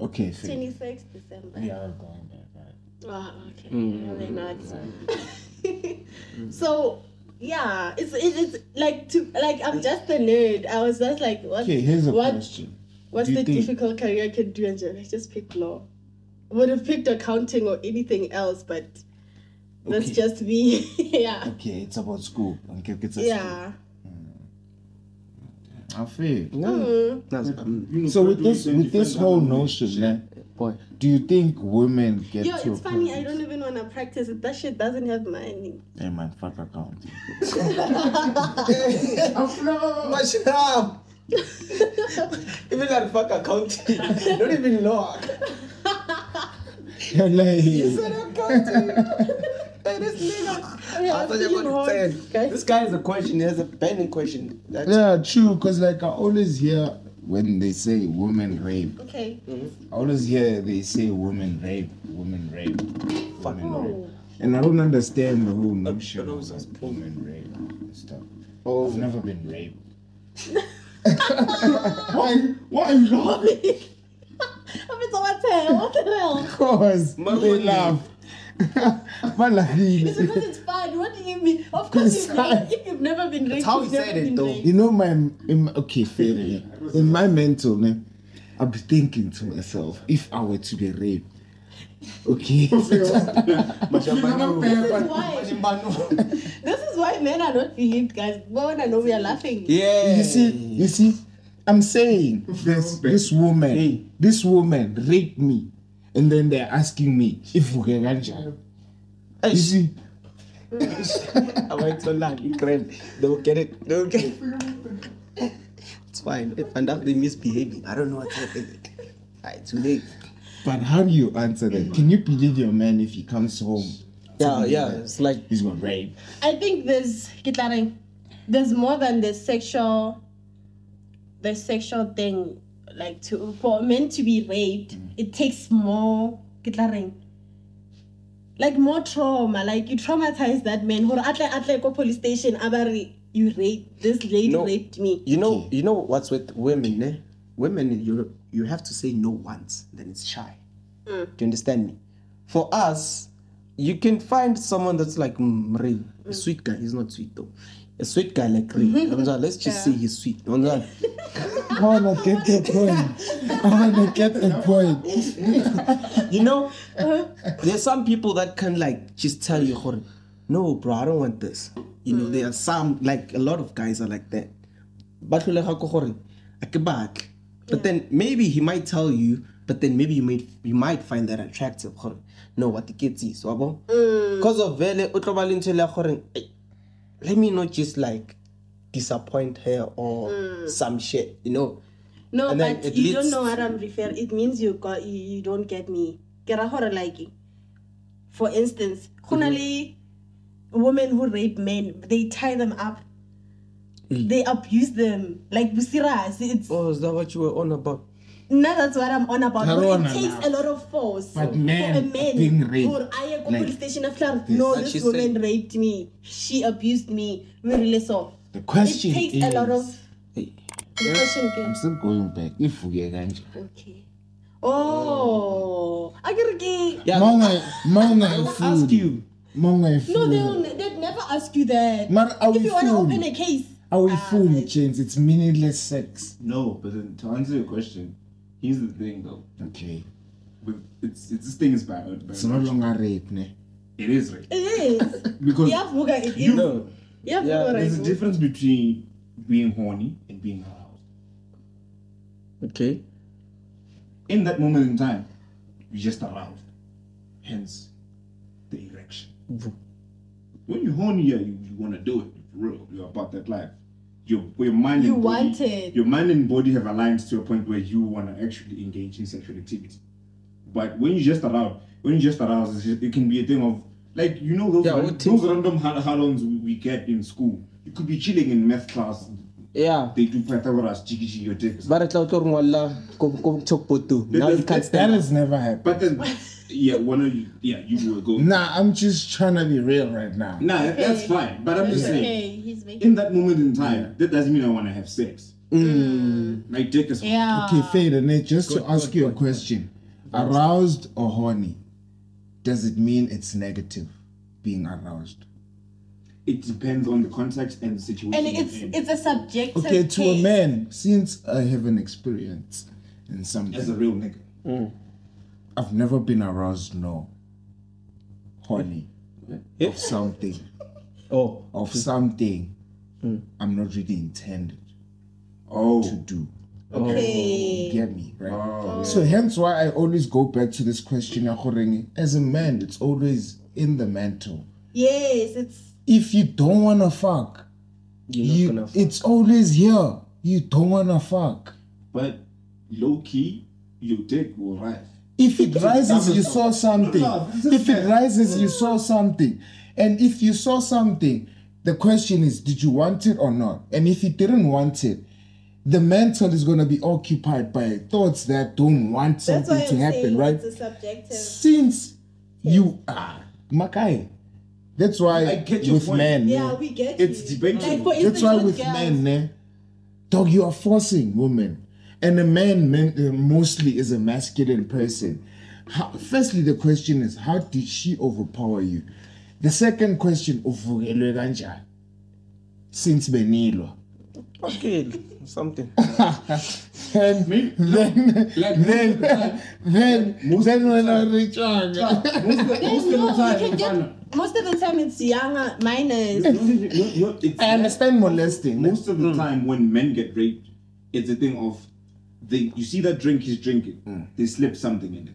S4: Okay, fair.
S1: twenty sixth December.
S4: We are going there, right?
S1: Oh, okay. Really not.
S4: Mm.
S1: so yeah, it's it, it's like to like I'm just a nerd. I was just like, what?
S4: Okay, here's a
S1: what,
S4: question.
S1: What's
S4: Do you
S1: the
S4: think-
S1: difficult career I can do? And I just picked law. Would have picked accounting or anything else, but that's
S4: Okay.
S1: just me. yeah.
S4: Okay, it's about school. Okay, it's a
S1: Yeah.
S4: school. I feel.
S1: Hmm.
S2: No, no,
S3: You know,
S4: So with
S3: graduate
S4: this
S3: and
S4: with this
S3: defend
S4: whole
S3: that
S4: notion, man,
S2: boy.
S4: do you think women get
S1: Yo,
S4: to
S1: it's
S4: a
S1: funny. I
S4: point-
S1: don't even wanna practice it. That shit doesn't have money.
S4: Hey man, fuck account.
S2: Much up. even that fuck accounting. Not even law.
S4: You're like,
S2: accounting. Hey, this nigga.
S1: Yeah,
S2: I thought you were
S1: feeling
S2: gonna
S1: hot,
S2: say-
S1: guys.
S2: This guy has a question. He has a pending question. That's
S4: yeah, true. Cause like I always hear when they say women rape,
S1: Okay.
S4: I always hear they say women rape, women rape, women
S1: Oh.
S4: rape, and I don't understand the whole notion of like, women rape and stuff. Oh, I've never been raped. why? Why not?
S1: I'm in so much hell. What the hell?
S4: Cause they
S2: Maloney.
S4: laugh. Maloney.
S1: It's because it's fun. What do you mean? Of course, you've never, if you've never been raped,
S2: how
S1: you've
S2: he
S1: never
S2: said it,
S1: been
S2: though.
S1: raped.
S4: You know, my in, okay, fair. yeah. In my mental, man, I'll be thinking to myself if I were to be raped. Okay,
S2: much of my
S1: This is why. This is why men are not behaved, guys. But when I know we are laughing.
S2: Yeah.
S4: you see, you see, I'm saying this this woman,
S2: Hey.
S4: this woman raped me, and then they're asking me if we can ganja. You see,
S2: I went so long. He cried. They will get it. They will get it. It's fine. If and that they misbehaving, I don't know what's happening. It's too late.
S4: but how do you answer that? Can you believe your man if he comes home?
S2: Yeah, yeah. It's like
S4: He's gonna rape.
S1: I think there's Kitlare, there's more than the sexual the sexual thing like to for men to be raped
S2: Mm.
S1: it takes more Kitlare, like more trauma like you traumatize that man Hore atle atle ko police station abari you raped this lady
S2: No.
S1: raped me
S2: you know. You know what's with women? Eh? Women, in Europe, you have to say no once, then it's shy. Do you understand me? For us, you can find someone that's like mm, Ray, a sweet guy. He's not sweet though. A sweet guy like Ray. Hamza, Let's just say he's sweet. Hamza.
S4: I wanna get the point. I wanna get the point.
S2: you know, There's some people that can like just tell you, "Hor, no, bro, I don't want this. You know, there are some like a lot of guys are like that. But you're like, "Hor, hor, I can back. But then maybe he might tell you, but then maybe you might you might find that attractive. Hor, no, what the kids is, wabo. Because of vele, utrobalin chile hor. Let me not just like disappoint her or some shit, you know.
S1: No,
S2: And then
S1: but
S2: it
S1: you
S2: leads-
S1: don't know what I'm referring. It means you got you, you don't get me. Get a horror like it. For instance,
S2: Mm-hmm.
S1: Hunali women who rape men, they tie them up. They abuse them. Like Busiras. It's
S2: Mm. Oh, is that what you were on about?
S1: no, that's what I'm on about.
S4: Hello,
S1: But it
S4: Nana.
S1: takes a lot of force
S4: But
S1: for
S4: men
S1: a man
S4: being raped,
S1: Or I go
S4: like
S1: police station after no,
S2: But
S1: this
S2: she
S1: woman
S2: said-
S1: raped me. She abused me. Very less of.
S4: The
S1: It
S4: question
S1: takes
S4: is,
S1: a lot of
S2: Hey.
S1: the question game.
S4: I'm still going back. If we get kanjani.
S1: Okay. Oh, I get it.
S2: Yeah,
S4: Monga, monga
S2: I
S4: food.
S2: will ask you.
S4: Monga food.
S1: No, they'll, they'd never ask you that.
S4: Mara, are
S1: if
S4: we
S1: you want to
S4: fool?
S1: open a case,
S4: Are we
S1: Ah,
S4: fool,
S1: right.
S4: James? It's meaningless sex.
S3: No, but then to answer your question, here's the thing though.
S4: Okay.
S3: With it's, it's this thing is bad.
S4: It's no longer rape, ne?
S3: It is right
S1: it is.
S3: because
S1: yeah, Fuga, it is.
S2: No.
S1: yeah,
S2: yeah,
S1: Fuga,
S3: there's a
S1: right.
S3: difference between being horny and being aroused.
S2: Okay.
S3: In that moment in time, you're just aroused. Hence, the erection. When you're horny, yeah, you, you want to do it. You're real. You're about that life. Your, your mind
S1: You
S3: and body,
S1: want it.
S3: Your mind and body have aligned to a point where you want to actually engage in sexual activity. But when you just aroused, when you just aroused, it's just- it can be a thing of like you know those
S2: Yeah,
S3: ran-
S2: what
S3: those
S2: thing-
S3: random hal- halons we we get in school. You could be chilling in math class.
S2: Yeah.
S3: They do Pythagoras, jiggy your dick.
S2: ba re tla o tlo reng wa lla ko ko Chokpoto. now you can't
S4: That
S2: stand
S4: has never happened.
S3: But then, yeah, one of you, yeah, you will go.
S4: Nah, I'm just trying to be real right now.
S3: Nah, that's fine. But I'm just saying,
S1: Okay, he's making.
S3: in that moment in time, that doesn't mean I want to have sex. My dick is.
S1: Yeah.
S4: Okay, Fader, Nate, just
S2: Good,
S4: to ask
S2: good,
S4: you a
S2: good,
S4: question. Aroused or horny, does it mean it's negative being aroused?
S3: It depends on the context and the situation.
S1: And it's
S3: you're in.
S1: it's a subjective.
S4: Okay, to a
S1: case.
S4: man, since I have an experience
S3: as
S4: in
S3: a
S4: something,
S3: real nigga.
S4: I've never been aroused, no. Horny.
S2: Eh?
S4: Of something.
S2: oh
S4: Of something
S2: Hmm.
S4: I'm not really intended to
S3: Oh,
S4: do.
S1: Okay. Eh.
S4: You get me, right?
S2: Ah.
S4: So hence why I always go back to this question, Yakhorenge. as a man, it's always in the mental.
S1: Yes, it's.
S4: If you don't wanna fuck,
S2: you're not
S4: you,
S2: gonna f-
S4: it's always here. You don't wanna fuck.
S3: but low key, your dick will rise.
S4: If it rises, you saw something.
S3: No, this is
S4: If it
S3: fair.
S4: rises, you saw something. And if you saw something, the question is, did you want it or not? And if you didn't want it, the mental is gonna be occupied by thoughts that don't want
S1: That's
S4: something
S1: why
S4: to
S1: I'm
S4: happen,
S1: saying
S4: right?
S1: it's a subjective.
S4: since you are Makai. That's why
S3: I get your
S4: with
S3: point.
S4: men,
S1: Yeah,
S4: ne,
S1: we get
S3: It's
S1: you.
S3: debatable.
S1: Like, for
S4: that's
S1: instance,
S4: why with
S1: girls,
S4: men, ne, dog, you are forcing women, and a man, men, uh, mostly is a masculine person. How, firstly, the question is, how did she overpower you? The second question, uvukelwe kanjani? Since Benilo.
S2: okay something
S4: And
S3: Me-
S4: then,
S3: Like,
S4: then, then,
S3: most
S4: then when I
S3: of
S4: reach out,
S3: Most of, most
S1: No,
S3: of the
S1: you
S3: time,
S1: can
S3: Fana,
S1: get, most of the time it's younger, minors.
S3: no, no, no, it's
S4: I understand molesting. ne?
S3: most of the time when men get raped, it's a thing of they you see that drink he's drinking, they slip something in it. You-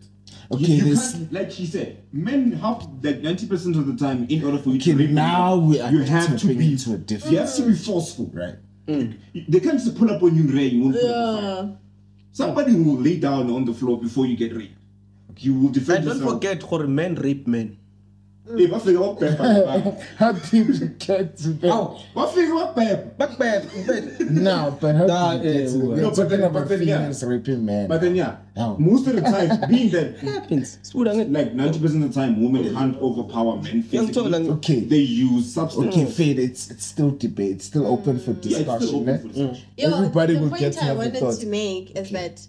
S4: Hmm. Okay,
S3: you,
S4: this-
S3: can't, like she said, men have like ninety percent of the time in order for you
S4: Okay,
S3: to rape
S4: now
S3: them,
S4: we are
S3: you have to
S4: tapping
S3: be
S4: into a different-
S3: you have to be forceful,
S4: Right.
S3: You- They can't just pull up on you, Ray. You won't pull up a fight.
S1: Uh,
S3: Somebody will lay down on the floor before you get raped. You will defend
S2: and don't
S3: yourself.
S2: forget gore men rape men
S3: Hey, bafika bakuphepha.
S4: How did you get to that?
S3: Bafika bakuphepha.
S4: No, but how
S2: Nah,
S4: did you get
S2: eh,
S4: to that?
S2: well.
S4: We're
S3: No, but
S4: talking
S3: then-
S4: about
S3: but then, yeah.
S4: females raping men.
S3: But then yeah,
S4: How?
S3: most of the time, being that
S2: happens Sula nge-
S3: like ninety percent of the time, women can't overpower men
S2: Ngiyangithola
S3: physically.
S2: nge-
S4: okay,
S3: They use substance.
S4: okay, Fade, it's, it's still debate. It's still open for
S1: Mm.
S3: Yeah, it's still
S4: discussion.
S3: open
S4: eh?
S3: for discussion.
S1: Yeah,
S4: Everybody
S1: the
S4: will
S1: point
S4: get to
S1: I
S4: have a
S1: wanted
S4: thought.
S1: to make is that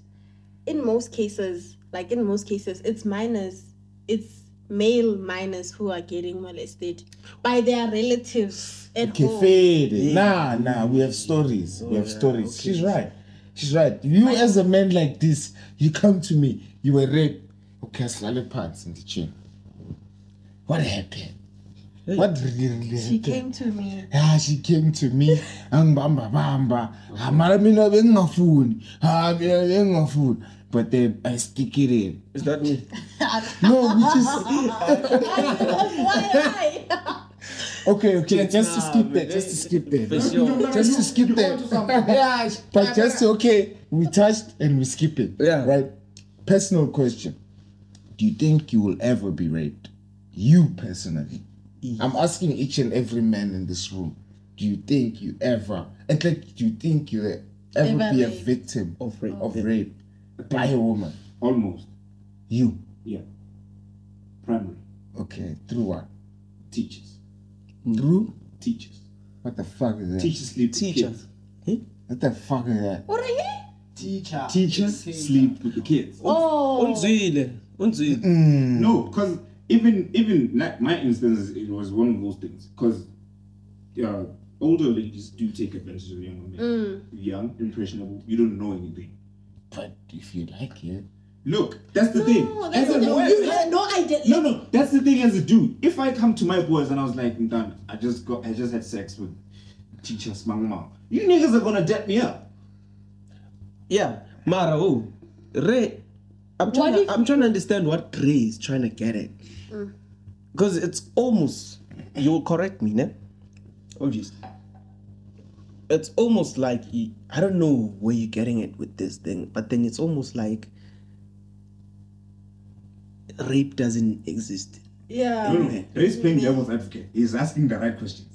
S1: in most cases, like in most cases, it's minors, it's male minors who are getting molested by their relatives at
S4: Okay,
S1: home.
S4: Fade. Nah, nah, we have stories.
S1: Oh,
S4: we have stories. She's right. She's right. You, as a man like this, you come to me, you were raped. okay asihlale phansi ndijini what happened what really really
S1: She
S4: happened
S1: came to me.
S4: yeah she came to me angibamba bamba Ah, mara mina bengingafuni ha mina bengingafuni but then i stick it in
S2: Is that me?
S4: no we just
S1: Why?
S4: okay okay just to
S2: nah,
S4: skip
S2: man,
S4: that just to
S2: they-
S4: skip that
S2: For sure.
S4: just to skip that. yeah, but just okay, we touched and we skip it.
S2: Yeah.
S4: Right. Personal question: Do you think you will ever be raped? You personally. I'm asking each and every man in this room. Do you think you ever? And like, do you think you will ever,
S1: Ever
S4: be a
S1: raped?
S4: victim of,
S2: Of rape.
S4: of rape by a woman?
S3: Almost.
S4: You.
S3: Yeah. Primary.
S4: Okay. Through what?
S3: Teachers.
S4: Through.
S3: Teachers.
S4: What the fuck is that?
S3: Teachers sleep. with
S2: Teachers.
S3: kids.
S4: What the fuck is that?
S1: What are you?
S5: Teacher.
S3: Teachers sleep with the kids.
S1: Oh.
S2: Unzwile. Unzwile.
S4: Mm.
S3: No, because even even like my instance, it was one of those things. Because uh, older ladies do take advantage of younger men.
S1: Mm.
S3: Young, impressionable. You don't know anything.
S4: But if you like it.
S3: Look, that's the
S1: No,
S3: thing.
S1: that's
S3: As a
S1: the-
S3: boy-
S1: you had no idea.
S3: no, no, that's the thing as a dude. If I come to my boys and I was like, done, I just got, I just had sex with teacher Smang Ma. You niggas are gonna dap me up.
S2: Yeah. Mara, oh. Ray. I'm
S1: What
S2: trying, to,
S1: if- Mm.
S2: I'm trying to understand what Ray is trying to get at. Because it's almost, you'll correct me, ne? Obviously. It's almost like, you- I don't know where you're getting it with this thing, but then it's almost like rape doesn't exist.
S3: No,
S1: Yeah.
S3: no, Ray's playing devil's advocate. He's asking the right questions.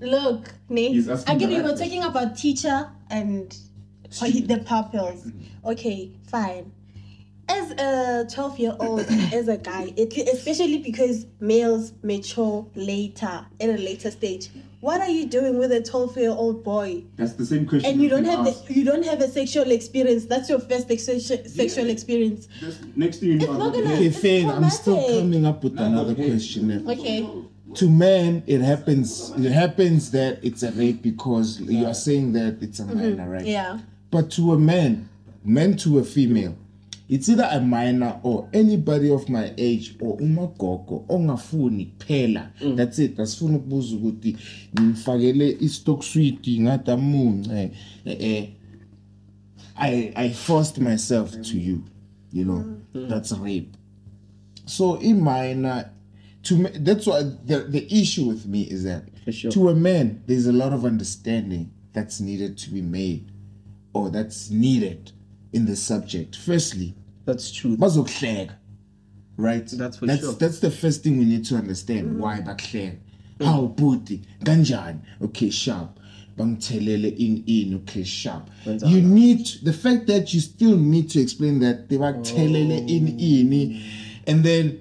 S1: Look, Ne.
S3: He's asking
S1: I get
S3: the
S1: it.
S3: right
S1: We're talking about teacher and or he- the pupils.
S3: Mm-hmm.
S1: Okay, fine. As a 12 year old, as a guy, it, especially because males mature later, at a later stage. What are you doing with a 12 year old boy?
S3: That's the same question.
S1: And you
S3: we've
S1: don't
S3: been
S1: have
S3: asked.
S1: the, you don't have a sexual experience. That's your first ex- sexual experience.
S3: That's- Next thing you know,
S1: It's
S3: I've
S1: not
S3: got
S1: gonna-
S4: Okay,
S1: It's
S4: fine. I'm still
S1: traumatic.
S4: coming up with another
S3: okay.
S4: question. now.
S1: Okay.
S4: To men, it happens. It happens that it's a rape because you are saying that it's a minor, right?
S1: Yeah.
S4: But to a man, men to a female, it's either a minor or anybody of my age or umagogo ongafuni kuphela that's it asifuni ukubuza ukuthi ngimfakele i-stock sweet ngathi amunce eh, eh, I, I forced myself to you you know
S2: Mm.
S4: that's rape so in minor to me, that's why the, the issue with me is that
S2: For sure.
S4: to a man there's a lot of understanding that's needed to be made or that's needed in the subject. Firstly,
S2: That's true.
S4: bazokuhleka. Right?
S2: That's for
S4: that's,
S2: sure. Mm.
S4: That's the first thing we need to understand. Why bakuhleka? How booty? Ganjani? Okay, sharp. Bangitelele in in. Okay, sharp. You need the fact that you still need to explain that they bangitelele
S2: Oh.
S4: in in and then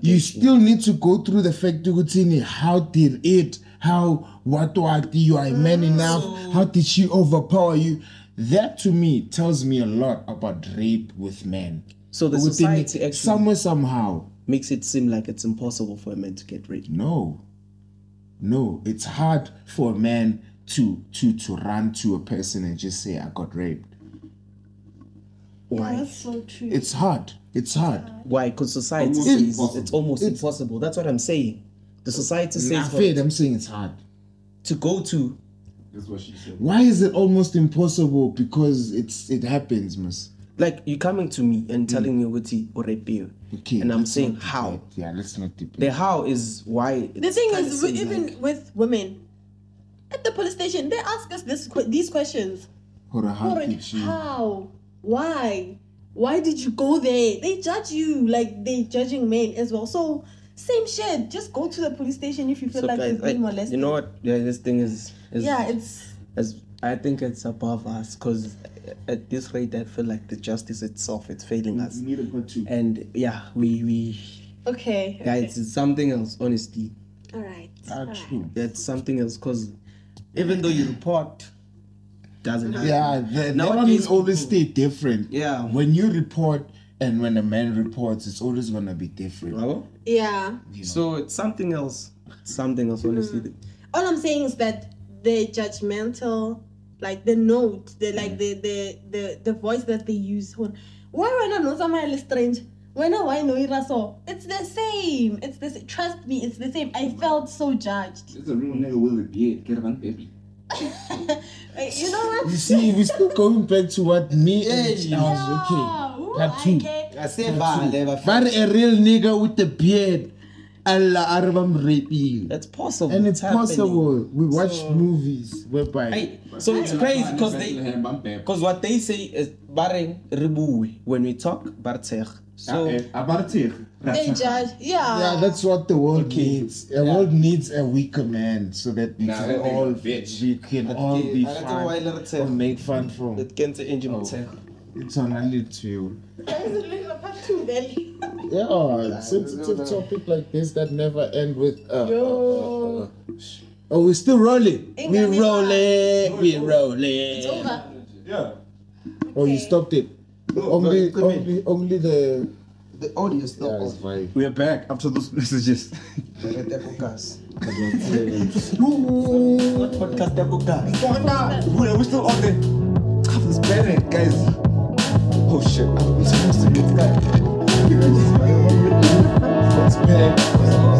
S4: you still need to go through the fact Gutini, how did it how what what you are a man
S2: Oh.
S4: enough how did she overpower you that to me tells me a lot about rape with men
S2: So the
S4: Gutini,
S2: society actually
S4: somewhere somehow
S2: makes it seem like it's impossible for a man to get raped.
S4: no no it's hard for a man to to to run to a person and just say i got raped
S1: That's so true.
S4: it's hard it's hard
S2: Why? Because society
S3: Almost
S2: says
S3: impossible.
S2: it's almost
S4: It's-
S2: impossible. That's what I'm saying. The society
S4: i'm
S2: says for-
S4: afraid i'm saying it's hard
S2: to go to.
S3: That's what she said.
S4: why is it almost impossible because it's it happens miss
S2: Like you're coming to me and telling me what or rape you.
S4: Mm. Okay,
S2: And I'm
S4: let's
S2: saying
S4: not
S2: how.
S4: debate. Yeah, let's not debate.
S2: The how is why.
S1: The
S2: it's
S1: thing
S2: kinda
S1: is, we,
S2: seems
S1: even
S2: like-
S1: with women, at the police station, they ask us this que- these questions.
S4: Or how
S1: Alright,
S4: did you?
S1: How? Why? Why did you go there? They judge you like they judging men as well. So same shit. Just go to the police station if you feel
S2: So
S1: like
S2: guys,
S1: you've been
S2: I-
S1: molested.
S2: you know what? Yeah, this thing is. is
S1: Yeah, it's
S2: is- I think it's above us because at this rate, I feel like the justice itself it's failing us.
S3: You
S4: Mm.
S3: need a part two.
S2: And yeah, we we
S1: okay. okay.
S2: guys, it's something else. Honestly,
S1: All right.
S4: Ah, true.
S2: that's something else because even though you report, doesn't happen.
S3: Ah,
S4: Yeah, the, that one
S2: Nowadays
S4: is always
S2: people-
S4: stay different.
S2: Yeah.
S4: When you report and when a man reports, it's always gonna be different.
S2: Hello?
S1: Yeah.
S2: So it's something else. Something else, honestly.
S1: All I'm saying is that the judgmental, like the
S4: Mm.
S1: note, the like the the the, the voice that they use. Why when I know someone is strange? wena why no ira so it's the same it's the same. trust me it's the same i felt so judged
S3: It's a real nigga with a beard. Get a baby.
S1: Wait, you know what
S4: You see, we're still going back to what me and I was
S1: Yeah, ooh,
S4: okay. Part
S1: I
S4: two.
S1: get-
S6: asevale
S4: But
S6: bafana
S4: a real nigga with a beard, Allah Arabam raping.
S2: That's possible.
S4: And it's
S2: happening.
S4: possible. We watch
S2: So-
S4: movies whereby.
S2: Hey, so it's crazy because they
S3: they.
S2: because what they say is bareng ribuwe when we talk barter.
S3: Ah, eh.
S2: So
S3: About it.
S1: they judge yeah
S4: Yeah, that's what the world
S2: Okay.
S4: needs. The world needs a weaker man so that we
S3: Nah,
S4: can
S3: that nigga
S4: all
S3: bitch.
S4: we can all
S6: ke-
S4: be
S6: a re tsebe why le re
S4: fun
S6: tshepe.
S4: or make fun from.
S2: it can say engine barter.
S4: It's on only to you.
S1: Guys, look at part two, then.
S4: Yeah, sensitive topic like this that never end with. Uh,
S1: Yo.
S4: uh, uh, uh, uh. Oh, we're still rolling.
S1: Ain't
S4: We
S1: got me
S4: rolling. We rolling.
S1: it's over
S3: Yeah.
S4: Oh, you
S1: Okay.
S4: stopped it.
S6: No,
S4: only,
S6: no, come in.
S4: only, only the.
S6: the audio is still
S4: Yeah, it's
S6: on
S4: fine.
S3: We are back after those messages.
S6: Rete kokas.
S3: What podcast have we done? Wait, Are we still on there? Stuff is better, guys. Oh shit, I'm supposed to be this guy. It's better.